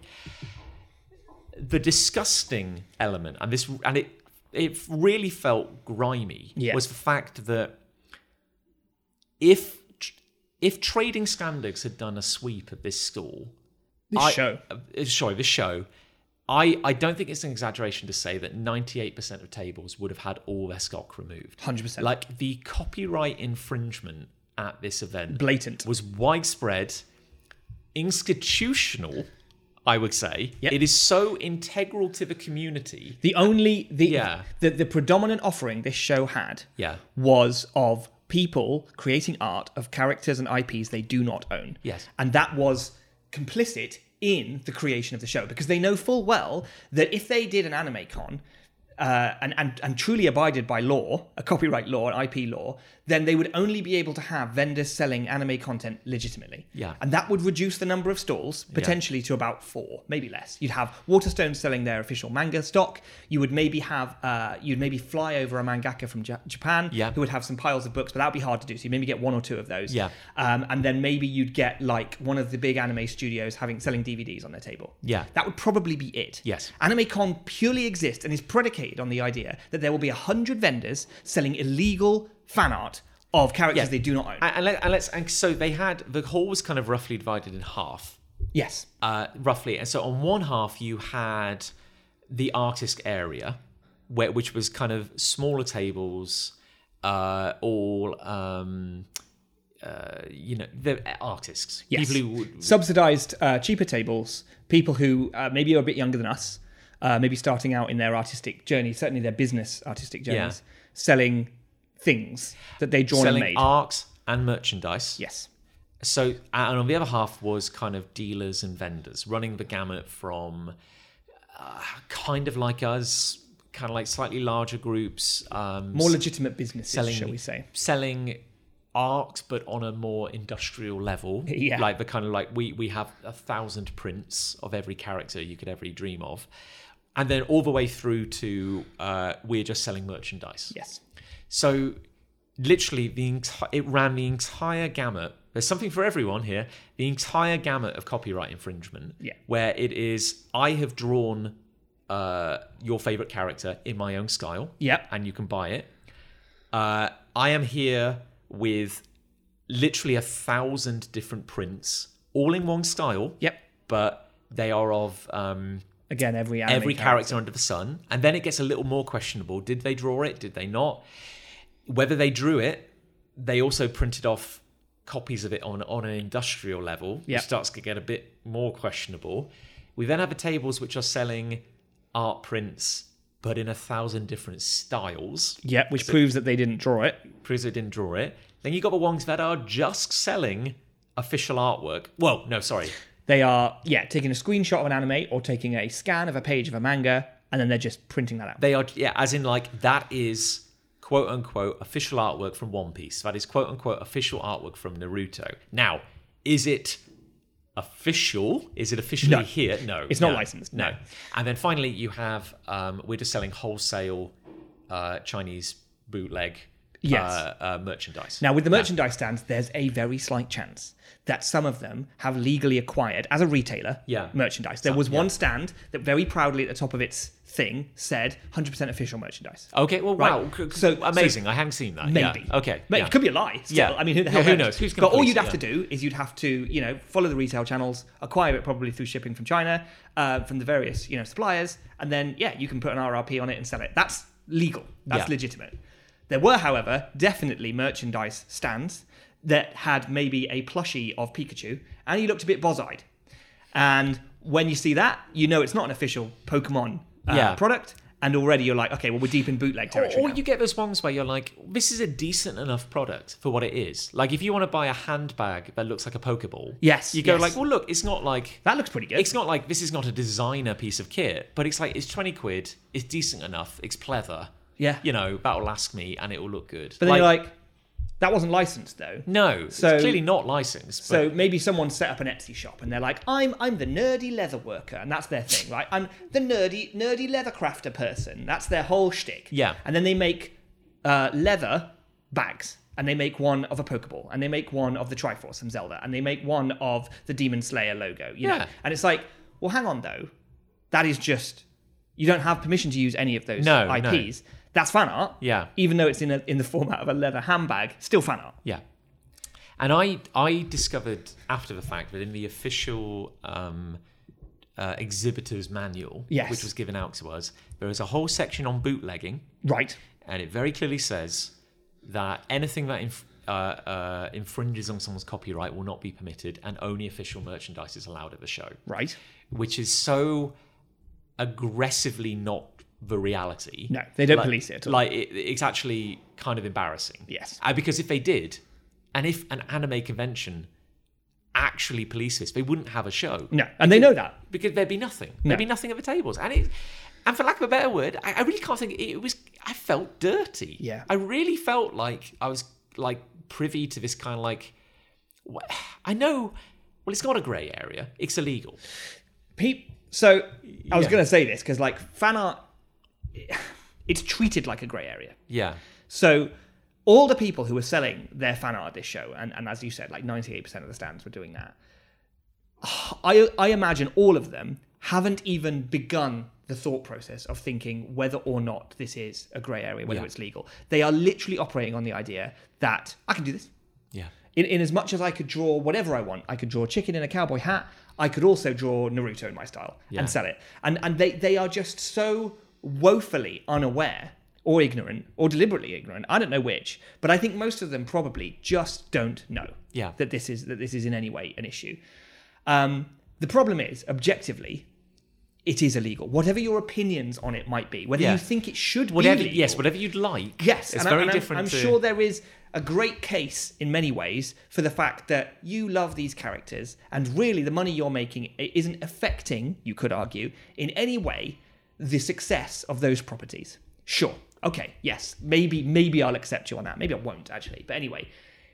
The disgusting element, and this, and it, it really felt grimy, Yeah. was the fact that if if Trading Standards had done a sweep of this school, this I- show. uh, sorry, this show, I I don't think it's an exaggeration to say that ninety eight percent of tables would have had all their stock removed. 100%. Like the copyright infringement at this event Blatant. was widespread, institutional, I would say. Yep. It is so integral to the community. The only the, Yeah. the the predominant offering this show had Yeah. was of people creating art of characters and IPs they do not own. Yes. And that was complicit in the creation of the show because they know full well that if they did an anime con uh, and, and, and truly abided by law, a copyright law, an IP law, then they would only be able to have vendors selling anime content legitimately. Yeah. And that would reduce the number of stalls potentially to about four, maybe less. You'd have Waterstone selling their official manga stock. You would maybe have, uh, you'd maybe fly over a mangaka from ja- Japan Yeah. who would have some piles of books, but that would be hard to do. So you maybe get one or two of those. Yeah. Um, and then maybe you'd get like one of the big anime studios having selling DVDs on their table. Yeah. That would probably be it. Yes. AnimeCon purely exists and is predicated on the idea that there will be a hundred vendors selling illegal fan art of characters Yeah. they do not own. And, and, let, and let's and so they had the hall was kind of roughly divided in half. yes. uh, roughly. And so on one half, you had the artist area, where, which was kind of smaller tables, uh, all, um, uh, you know, the artists. Yes. People who would. Subsidized uh, cheaper tables, people who uh, maybe are a bit younger than us, uh, maybe starting out in their artistic journey, certainly their business artistic journeys, selling things that they drawn Selling and made. art and merchandise. yes. So, and on the other half was kind of dealers and vendors running the gamut from uh, kind of like us, kind of like slightly larger groups, um, More legitimate businesses, selling- shall we say. selling art, but on a more industrial level. Yeah. Like the kind of like we we have a thousand prints of every character you could ever dream of, and then all the way through to uh, we're just selling merchandise. Yes. So literally the enti- it ran the entire gamut. There's something for everyone here. The entire gamut of copyright infringement. Yeah. Where it is I have drawn uh, your favorite character in my own style. Yep. And you can buy it. Uh, I am here with literally a thousand different prints, all in one style. Yep. But they are of um, Again, every anime every character under the sun. And then it gets a little more questionable. Did they draw it? Did they not? Whether they drew it, they also printed off copies of it on, on an industrial level, Yeah. which starts to get a bit more questionable. We then have the tables which are selling art prints, but in a thousand different styles. Yep, which proves that they didn't draw it. Proves they didn't draw it. Then you got the ones that are just selling official artwork. Well, no, sorry. They are, yeah, taking a screenshot of an anime or taking a scan of a page of a manga, and then they're just printing that out. They are, yeah, as in like that is quote unquote official artwork from One Piece. That is quote unquote official artwork from Naruto. Now, is it official? Is it officially No. here? No, It's not no, licensed, No. no. And then finally, you have um, we're just selling wholesale uh, Chinese bootleg Yes. uh, uh, merchandise. Now, with the merchandise stands, there's a very slight chance that some of them have legally acquired, as a retailer, Yeah. merchandise. There was one stand that very proudly at the top of its thing said 100% official merchandise. okay, well, Right. wow, c- c- So- amazing. I haven't seen that. Maybe. Yeah. Okay. Ma- yeah. It could be a lie. still. Yeah. I mean, who the Yeah, hell who knows? knows? Who's gonna but all police you'd it? have to do is you'd have to, you know, follow the retail channels, acquire it probably through shipping from China, uh, from the various, you know, suppliers, and then yeah, you can put an RRP on it and sell it. That's legal. That's Yeah. legitimate. There were, however, definitely merchandise stands that had maybe a plushie of Pikachu, and he looked a bit boz-eyed. And when you see that, you know it's not an official Pokemon uh, Yeah. product, and already you're like, okay, well we're deep in bootleg Or, territory. or now. you get those ones where you're like, this is a decent enough product for what it is. Like, if you want to buy a handbag that looks like a Pokeball, Yes, you go yes. like, well, look, it's not like that looks pretty good. it's not like this is not a designer piece of kit, but it's like it's twenty quid, it's decent enough, it's pleather. Yeah. you know that'll last me and it will look good. But then you're like, that wasn't licensed though. no, So- it's clearly not licensed. But So maybe someone set up an Etsy shop and they're like, I'm I'm the nerdy leather worker, and that's their thing, right? I'm the nerdy nerdy leather crafter person. That's their whole shtick. Yeah. And then they make uh, leather bags. And they make one of a Pokeball, and they make one of the Triforce from Zelda, and they make one of the Demon Slayer logo. You know? Yeah. And it's like, well, hang on though, that is just you don't have permission to use any of those No, no. IPs. That's fan art. Yeah. Even though it's in a, in the format of a leather handbag, still fan art. Yeah. And I I discovered after the fact that in the official um, uh, exhibitor's manual, Yes. which was given out to us, there is a whole section on bootlegging, Right. and it very clearly says that anything that inf- uh, uh, infringes on someone's copyright will not be permitted, and only official merchandise is allowed at the show Right. which is so aggressively not the reality. No, they don't Like- police it at all. Like it, it's actually kind of embarrassing. Yes. Uh, because if they did, and if an anime convention actually policed this, they wouldn't have a show No. And they know that. because there'd be nothing. No. There'd be nothing at the tables, and it. And for lack of a better word, I, I really can't think. It was. I felt dirty. Yeah. I really felt like I was like privy to this kind of like. wh- I know. Well, it's not a grey area. It's illegal. Peep. So I was Yeah. going to say this because, like, fan art, [SIGHS] it's treated like a grey area. Yeah. So all the people who were selling their fan art at this show, and, and as you said, like 98% of the stands were doing that. [SIGHS] I, I imagine all of them haven't even begun the thought process of thinking whether or not this is a grey area, whether Yeah. it's legal. They are literally operating on the idea that I can do this. Yeah. in, in as much as I could draw whatever I want, I could draw a chicken in a cowboy hat. I could also draw Naruto in my style Yeah. and sell it. And and they they are just so woefully unaware or ignorant or deliberately ignorant. I don't know which, but I think most of them probably just don't know Yeah. that this is that this is in any way an issue. Um, the problem is objectively. It is illegal. Whatever your opinions on it might be, whether Yeah. you think it should whatever be legal, yes whatever you'd like Yes, it's and I- very and I'm- different I'm, to- sure there is a great case in many ways for the fact that you love these characters, and really the money you're making i- isn't affecting, you could argue, in any way the success of those properties. Sure, okay, yes, maybe maybe I'll accept you on that. Maybe I won't actually, but anyway,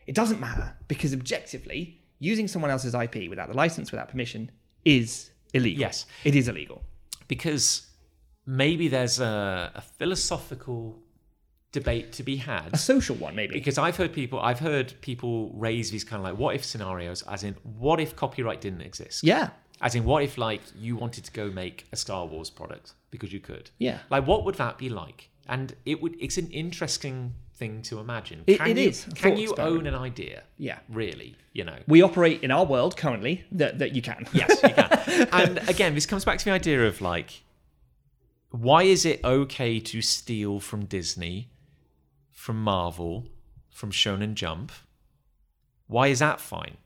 It doesn't matter because objectively, using someone else's IP without the license, without permission, is illegal. Yes. It is illegal. because maybe there's a, a philosophical debate to be had A [LAUGHS] social one, maybe. because I've heard people I've heard people raise these kind of like what if scenarios as in what if copyright didn't exist yeah. as in what if like you wanted to go make a Star Wars product because you could Yeah. like what would that be like and it would it's an interesting thing to imagine It- can it you, is a can thought you experiment. own an idea Yeah. really you know We operate in our world currently that, that you can. Yes, [LAUGHS] you can. and again, this comes back to the idea of like, why is it okay to steal from Disney, from Marvel, from Shonen Jump? Why is that fine?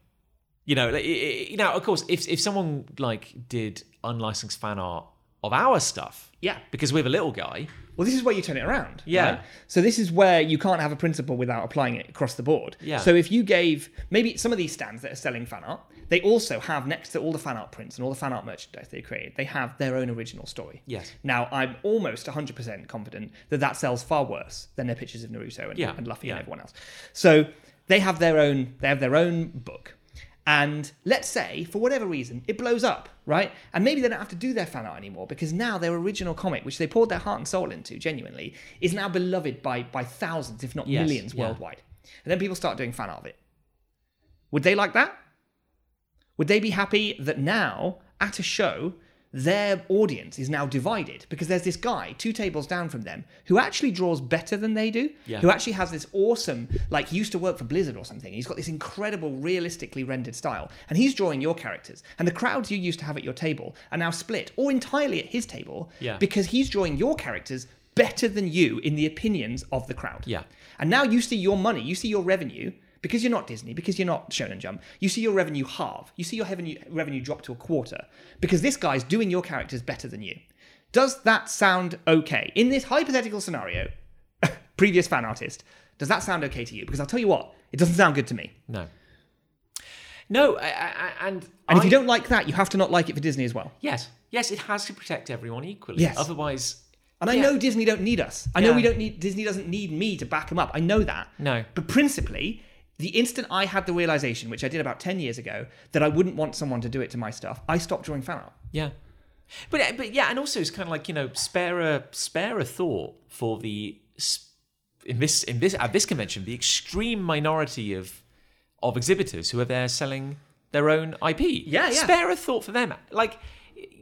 You know, like, i- i- you know. Of course, if if someone like did unlicensed fan art of our stuff, [LAUGHS] Yeah. because we're the little guy, Well, this is where you turn it around. Yeah. right? So this is where you can't have a principle without applying it across the board. Yeah. So if you gave maybe some of these stands that are selling fan art, they also have next to all the fan art prints and all the fan art merchandise they created, they have their own original story. Yes. Now I'm almost 100% confident that that sells far worse than their pictures of Naruto and, Yeah, and Luffy and yeah. everyone else. So they have their own they have their own book. And let's say, for whatever reason, it blows up, right? And maybe they don't have to do their fan art anymore because now their original comic, which they poured their heart and soul into genuinely, is now beloved by by thousands, if not Yes, millions, yeah. worldwide. And then people start doing fan art of it. Would they like that? Would they be happy that now, at a show, their audience is now divided because there's this guy two tables down from them who actually draws better than they do, Yeah. who actually has this awesome, like, he used to work for Blizzard or something. He's got this incredible, realistically rendered style, and he's drawing your characters. And the crowds you used to have at your table are now split or entirely at his table Yeah. because he's drawing your characters better than you in the opinions of the crowd. Yeah. And now you see your money, you see your revenue, because you're not Disney, because you're not Shonen Jump, you see your revenue halve. You see your revenue, revenue drop to a quarter because this guy's doing your characters better than you. Does that sound okay? In this hypothetical scenario, [LAUGHS] previous fan artist, does that sound okay to you? Because I'll tell you what, it doesn't sound good to me. no, no, I, I, I- and And if I- you don't like that, you have to not like it for Disney as well. yes, yes, it has to protect everyone equally. Yes. otherwise, And I Yeah. know Disney don't need us. I know Yeah. we don't need Disney doesn't need me to back them up. I know that. No. But principally, the instant I had the realization, which I did about 10 years ago, that I wouldn't want someone to do it to my stuff, I stopped drawing fan art. Yeah. But but yeah, and also it's kind of like you know spare a spare a thought for the s- in this in this at this convention the extreme minority of of exhibitors who are there selling their own IP. Yeah, yeah. Spare a thought for them. Like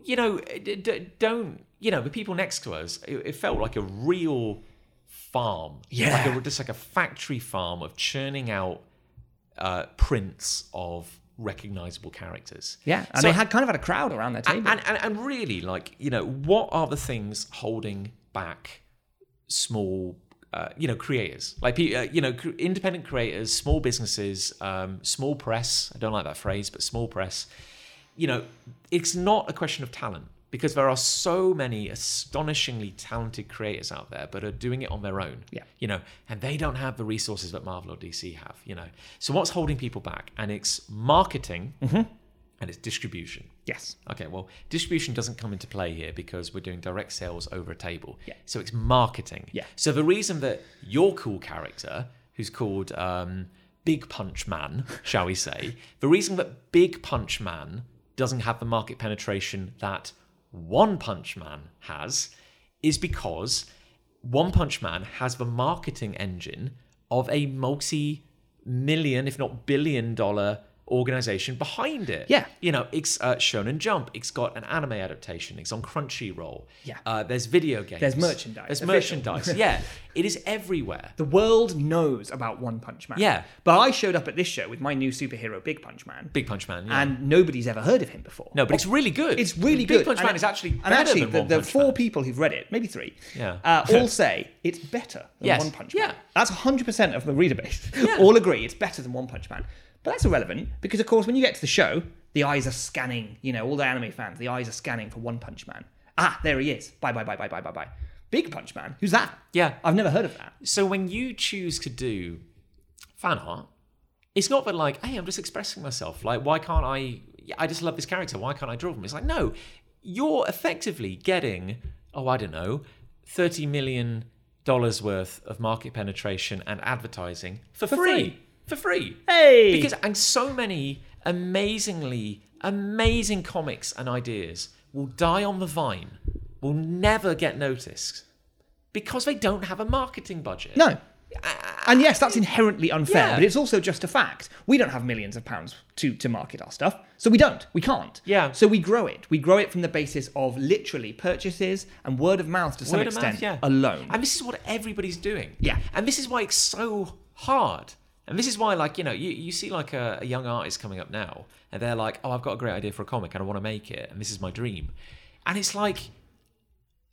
you know, d- d- don't you know the people next to us? It, it felt like a real farm. Yeah. Like a, just like a factory farm of churning out uh, prints of recognizable characters. Yeah. And So- they had kind of had a crowd around their table. and, and, and really, like, you know, what are the things holding back small, uh, you know, creators? Like, pe- uh, you know, cr- independent creators, small businesses, um, small press. I don't like that phrase, but small press. You know, it's not a question of talent because there are so many astonishingly talented creators out there, but are doing it on their own. Yeah. You know, and they don't have the resources that Marvel or DC have, you know. So, what's holding people back? And it's marketing and it's distribution. yes. Okay, well, distribution doesn't come into play here because we're doing direct sales over a table. Yeah. So it's marketing. Yeah. So the reason that your cool character, who's called um, Big Punch Man, shall we [LAUGHS] say, the reason that Big Punch Man doesn't have the market penetration that One Punch Man has is because One Punch Man has the marketing engine of a multi million, if not billion dollar organization behind it. Yeah. You know, it's uh, Shonen Jump. It's got an anime adaptation. It's on Crunchyroll. Yeah. Uh, there's video games. There's merchandise, There's official. merchandise. [LAUGHS] yeah. It is everywhere. The world knows about One Punch Man. Yeah. But I showed up at this show with my new superhero, Big Punch Man, Big Punch Man. Yeah. and nobody's ever heard of him before. no, but it's really good. It's really Big good. Big Punch And- Man is actually and better actually than the, One the Punch four Man. people who've read it, maybe three, Yeah. uh, all say it's better than Yes. One Punch Man. Yeah. That's 100 percent of the reader base. Yeah. [LAUGHS] all agree it's better than One Punch Man, but that's irrelevant because of course when you get to the show, the eyes are scanning. You know, all the anime fans, the eyes are scanning for One Punch Man. Ah, there he is. Bye bye bye bye bye bye bye. Big Punch Man. Who's that? Yeah. I've never heard of that. So when you choose to do fan art, it's not that like, hey, I'm just expressing myself. Like, why can't I? I just love this character. Why can't I draw them? It's like, no, you're effectively getting, oh, I don't know, thirty million dollars worth of market penetration and advertising for, For free. free. for free. Hey! Because and so many amazingly amazing comics and ideas will die on the vine, will never get noticed because they don't have a marketing budget. No. And yes, that's inherently unfair, Yeah. but it's also just a fact. We don't have millions of pounds to, to market our stuff, so we don't. We can't. Yeah. So we grow it. We grow it from the basis of literally purchases and word of mouth to some Word of mouth, extent yeah. alone. And this is what everybody's doing. Yeah. And this is why it's so hard. And this is why, like, you know, you, you see like a, a young artist coming up now, and they're like, oh, I've got a great idea for a comic and I want to make it, and this is my dream. And it's like,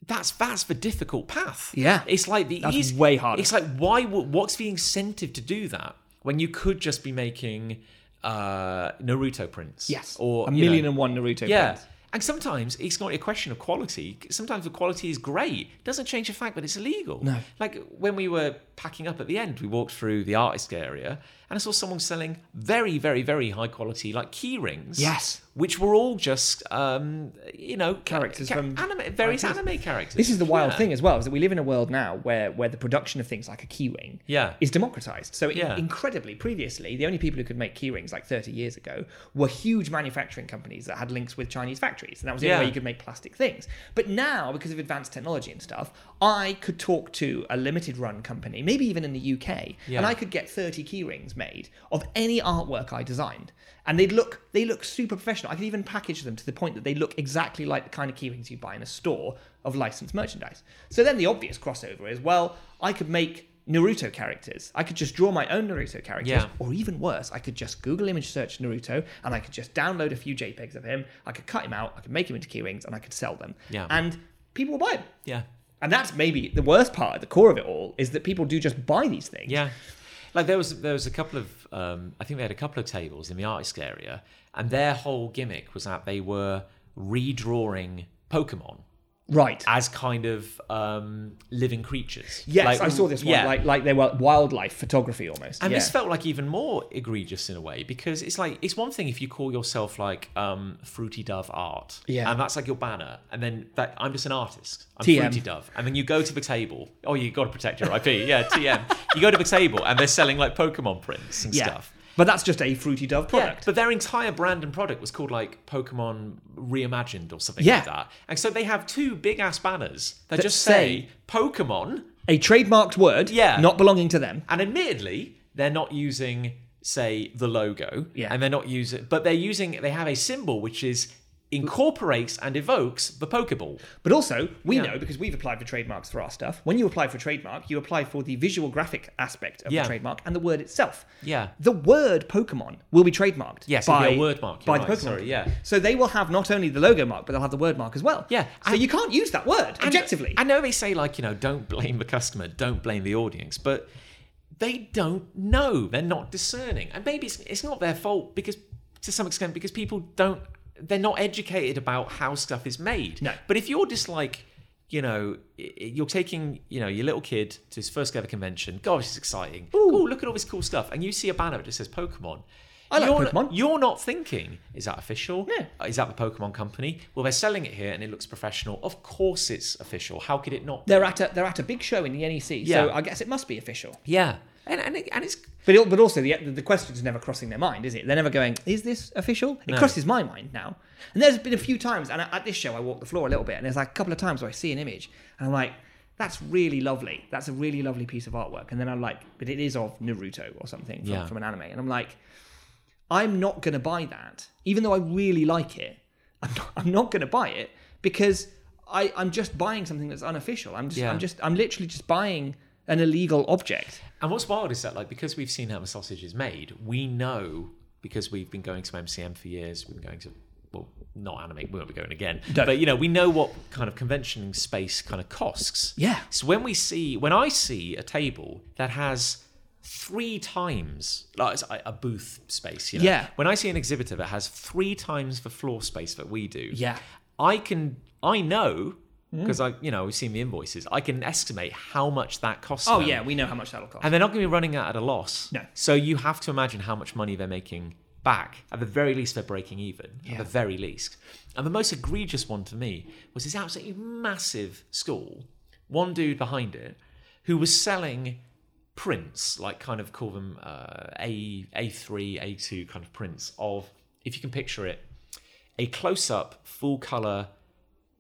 that's that's the difficult path. Yeah. It's like the That's eas- way harder. It's like why wo- what's the incentive to do that when you could just be making uh Naruto prints? yes. Or a you know, million and one Naruto yeah. fans. And sometimes it's not a question of quality. Sometimes the quality is great. It doesn't change the fact that it's illegal. No. Like when we were packing up at the end, we walked through the artist area and I saw someone selling very, very, very high quality like key rings. Yes. Which were all just, um, you know, ca- Characters ca- from- anime, various ideas. anime characters. This is the wild Yeah. thing as well, is that we live in a world now where where the production of things like a keyring Yeah. is democratized. So i- Yeah. incredibly, previously, the only people who could make keyrings like 30 years ago were huge manufacturing companies that had links with Chinese factories, and that was the Yeah. only way you could make plastic things. But now, because of advanced technology and stuff, I could talk to a limited run company, maybe even in the UK, Yeah. and I could get 30 keyrings made of any artwork I designed. And they'd look they look super professional. I could even package them to the point that they look exactly like the kind of keyrings you buy in a store of licensed merchandise. So then the obvious crossover is well, I could make Naruto characters. I could just draw my own Naruto characters, Yeah. or even worse, I could just Google image search Naruto and I could just download a few JPEGs of him. I could cut him out, I could make him into keyrings, and I could sell them. Yeah. And people will buy them. Yeah. And that's maybe the worst part at the core of it all is that people do just buy these things. Yeah, like there was there was a couple of um, I think they had a couple of tables in the artist area, and their whole gimmick was that they were redrawing Pokemon Right. as kind of um, living creatures. Yes, Like- I saw this one. yeah. Like like they were wildlife photography almost. and yeah. this felt like even more egregious in a way because it's like it's one thing if you call yourself like um, Fruity Dove Art, Yeah. and that's like your banner, and then that I'm just an artist, I'm TM. Fruity Dove, and then you go to the table. Oh, you got to protect your IP, yeah, TM. you go to the table and they're selling like Pokemon prints and yeah. stuff. But that's just a fruity dove Yeah, product. but their entire brand and product was called like Pokemon Reimagined or something Yeah. like that. And so they have two big ass banners that, That just say- say Pokemon, a trademarked word, Yeah. not belonging to them. and admittedly, they're not using, say, the logo. Yeah. And they're not using, but they're using, they have a symbol which is incorporates and evokes the Pokeball. But also, we Yeah. know because we've applied for trademarks for our stuff. When you apply for trademark, you apply for the visual graphic aspect of Yeah. the trademark and the word itself. Yeah. The word Pokemon will be trademarked. Yes, it'll by be a word mark, by you're the right, Pokemon. sorry, yeah. So they will have not only the logo mark, but they'll have the word mark as well. Yeah, So and- you can't use that word And objectively. I know they say like, you know, don't blame the customer, don't blame the audience, but they don't know. They're not discerning. And maybe it's, it's not their fault because to some extent because people don't they're not educated about how stuff is made. No. But if you're just like you know, i- i- you're taking, you know, your little kid to his first ever convention. God, this is exciting. Oh, look at all this cool stuff. And you see a banner that just says Pokemon. I like you're Pokemon. you're not thinking, is that official? No. Uh, Is that the Pokemon company? Well, they're selling it here and it looks professional. Of course it's official. How could it not? be? they're at a they're at a big show in the NEC, so Yeah. I guess it must be official. Yeah. And, and, it, and it's. But it, but also the the question's never crossing their mind, is it? They're never going, "Is this official?" It No. crosses my mind now. And there's been a few times, and at this show I walk the floor a little bit, and there's like a couple of times where I see an image, and I'm like, "That's really lovely. That's a really lovely piece of artwork." And then I'm like, "But it is of Naruto or something from, Yeah. from an anime," and I'm like, "I'm not going to buy that, even though I really like it. I'm not, I'm not going to buy it because I, I'm just buying something that's unofficial. I'm just Yeah. I'm just I'm literally just buying an illegal object." And what's wild is that, like, because we've seen how the sausage is made, we know because we've been going to MCM for years, we've been going to, well, not anime, we won't be going again. No. But, you know, we know what kind of conventioning space kind of costs. Yeah. So when we see, when I see a table that has three times, like it's a a booth space, you know, Yeah. when I see an exhibitor that has three times the floor space that we do, Yeah. Mm. I can, I know, because I, you know, we've seen the invoices, I can estimate how much that costs. Oh them. yeah, we know how much that'll cost. And they're not going to be running out at a loss. No. So you have to imagine how much money they're making back. At the very least, they're breaking even. At Yeah. the very least. And the most egregious one to me was this absolutely massive school, one dude behind it, who was selling prints, like kind of call them uh, A A3, A2 kind of prints of, if you can picture it, a close-up, full-color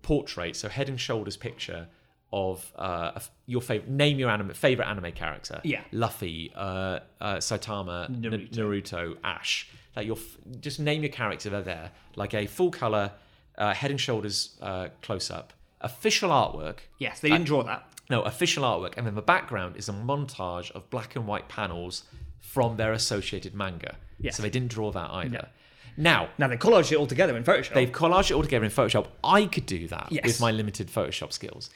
portrait, so head and shoulders picture of uh, a f- your favorite name your anime favorite anime character. Yeah. Luffy, uh, uh, Saitama, N- Naruto. Naruto, Ash. Like your f- just name your character. They're there, like a full-color uh, head and shoulders uh, close-up, official artwork. Yes, they didn't draw that. No, official artwork, and then the background is a montage of black and white panels from their associated manga. Yes. So they didn't draw that either. Now, Now they collaged it all together in Photoshop. they've collaged it all together in Photoshop. I could do that Yes. with my limited Photoshop skills.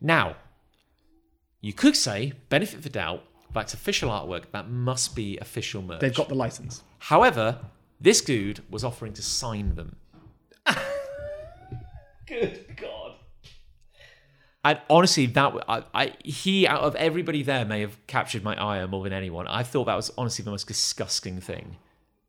Now, you could say, benefit for doubt, that's official artwork, that must be official merch. They've got the license. However, this dude was offering to sign them. Good God. And honestly, that w- I, I, he out of everybody there may have captured my eye more than anyone. I thought that was honestly the most disgusting thing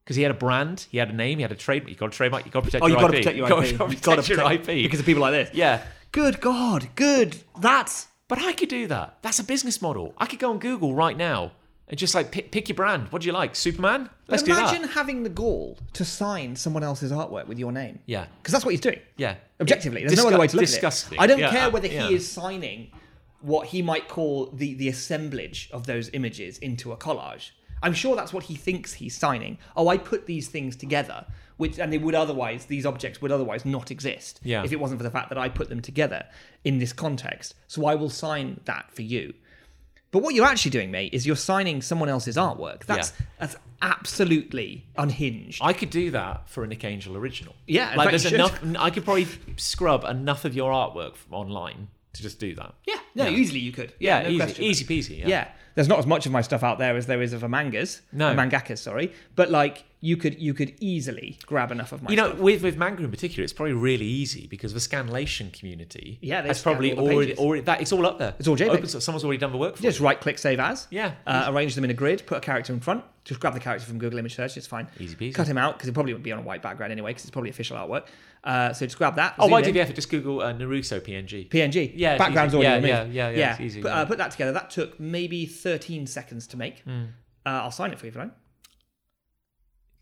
because he had a brand, he had a name, he had a trade. You got to trademark. You got to protect. Oh, your you've got to IP. protect your You've IP. gotta You've got to protect your protect IP. because of people like this. yeah, Good God. Good. That's but I could do that. That's a business model. I could go on Google right now and just like pick, pick your brand. What do you like, Superman? Let's Imagine do that. having the gall to sign someone else's artwork with your name. Yeah, Because that's what he's doing. yeah. Objectively, there's Disgu- no other way to look disgusting. at it. I don't Yeah, care uh, whether yeah. he is signing what he might call the the assemblage of those images into a collage. I'm sure that's what he thinks he's signing. Oh, I put these things together, which and they would otherwise these objects would otherwise not exist Yeah. if it wasn't for the fact that I put them together in this context. So I will sign that for you. But what you're actually doing, mate, is you're signing someone else's artwork. That's Yeah. that's absolutely unhinged. I could do that for a Nick Angel original. Yeah, in like fact, you there's should. enough. I could probably scrub enough of your artwork from online to just do that. yeah, no, Yeah. easily you could. Yeah, Yeah, no easy, question. easy peasy. Yeah. yeah there's not as much of my stuff out there as there is of a mangas No. a mangakas sorry but like you could you could easily grab enough of my You know, stuff. with, with manga in particular, it's probably really easy because the scanlation community Yeah, they has scan probably all the already, pages. already that it's all up there. It's all JPEG. Open source. Someone's already done the work for just right click save as Yeah. uh, arrange them in a grid put a character in front just grab the character from google image search it's fine Easy peasy. cut him out because it probably would be on a white background anyway because it's probably official artwork uh, so just grab that you. Oh, zoom why in. did you Just Google uh, Naruto PNG. PNG. Yeah, it's background's easy. already Yeah, removed. yeah, yeah, yeah, it's easy, But, yeah. Uh, put that together. That took maybe 13 seconds to make. Hmm. Uh, I'll sign it for you, if you like.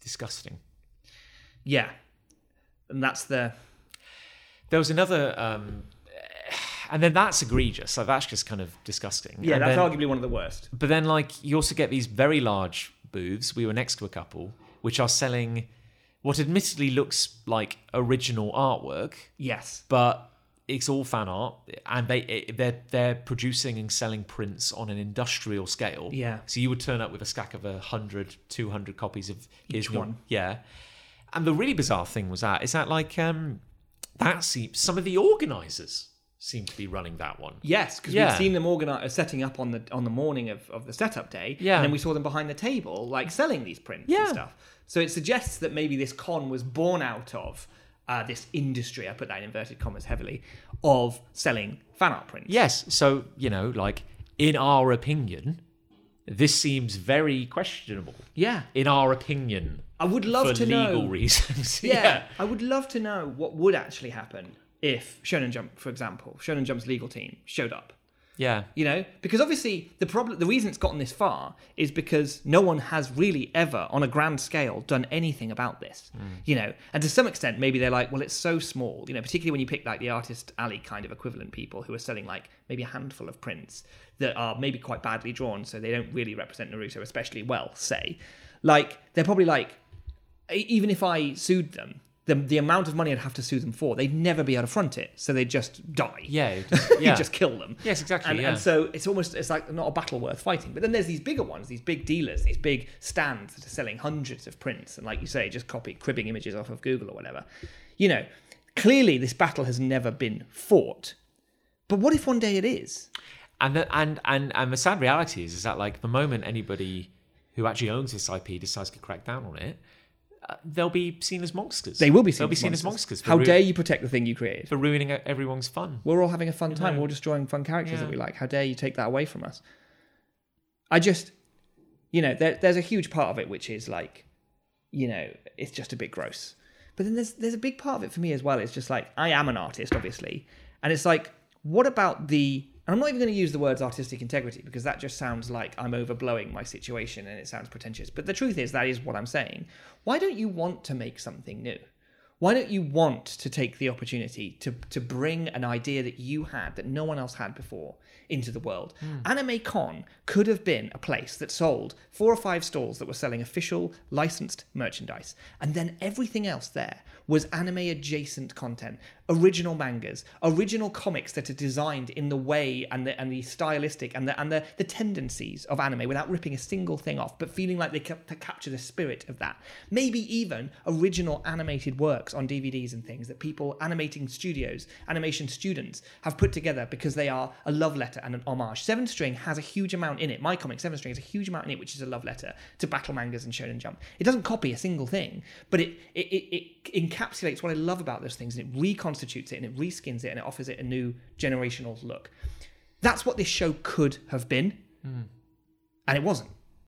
Disgusting. Yeah, and that's the There was another, um, and then that's egregious. So that's just kind of disgusting. yeah. And that's then- arguably one of the worst. But then, like, you also get these very large booths. We were next to a couple which are selling what admittedly looks like original artwork, Yes. but it's all fan art, and they it, they're they're producing and selling prints on an industrial scale. Yeah. So you would turn up with a stack of 100, 200 copies of each one. Yeah. And the really bizarre thing was that is that like um that seems some of the organisers seem to be running that one. Yes, because Yeah. we've seen them organize setting up on the on the morning of, of the setup day. Yeah. and then we saw them behind the table, like selling these prints and Yeah. stuff. So it suggests that maybe this con was born out of uh, this industry. I put that in inverted commas heavily of selling fan art prints. Yes. So, you know, like, in our opinion, this seems very questionable. yeah. In our opinion. I would love for to legal know. [LAUGHS] reasons. Yeah. I would love to know what would actually happen if Shonen Jump, for example, Shonen Jump's legal team showed up Yeah. you know because obviously the problem the reason it's gotten this far is because no one has really ever on a grand scale done anything about this you know and to some extent maybe they're like well it's so small you know particularly when you pick like the artist alley kind of equivalent people who are selling like maybe a handful of prints that are maybe quite badly drawn so they don't really represent naruto especially well say like they're probably like e- even if i sued them the, the amount of money i'd have to sue them for they'd never be able to front it so they'd just die Yeah. it just- [LAUGHS] you yeah. just kill them. Yes, exactly, And, yeah. and so it's almost it's like not a battle worth fighting. But then there's these bigger ones, these big dealers, these big stands that are selling hundreds of prints, and like you say, just copy cribbing images off of Google or whatever. You know, clearly this battle has never been fought. But what if one day it is? and, the, and, and, and the sad reality is, is that, like, the moment anybody who actually owns this IP decides to crack down on it, uh, they'll be seen as monsters. They will be seen, They'll be seen as monsters. for How ru- dare you protect the thing you created? For ruining e-, everyone's fun. We're all having a fun time. We're all just drawing fun characters that Yeah. we like. How dare you take that away from us? I just, you know, there, there's a huge part of it which is like, you know, it's just a bit gross. But then there's there's a big part of it for me as well. It's just like I am an artist, obviously, and it's like, what about the And I'm not even going to use the words artistic integrity because that just sounds like I'm overblowing my situation and it sounds pretentious. But the truth is, that is what I'm saying. Why don't you want to make something new? Why don't you want to take the opportunity to, to bring an idea that you had that no one else had before into the world? Anime Con could have been a place that sold four or five stalls that were selling official licensed merchandise. And then everything else there was anime adjacent content, original mangas, original comics that are designed in the way and the, and the stylistic and, the, and the, the tendencies of anime without ripping a single thing off, but feeling like they cap- capture the spirit of that. Maybe even original animated works on DVDs and things that people, animating studios, animation students, have put together because they are a love letter and an homage. Seven String has a huge amount in it. My comic, Seven String, has a huge amount in it, which is a love letter to battle mangas and Shonen Jump. It doesn't copy a single thing, but it, it, it, it encapsulates what I love about those things and it reconstitutes it and it reskins it and it offers it a new generational look. That's what this show could have been, and it wasn't.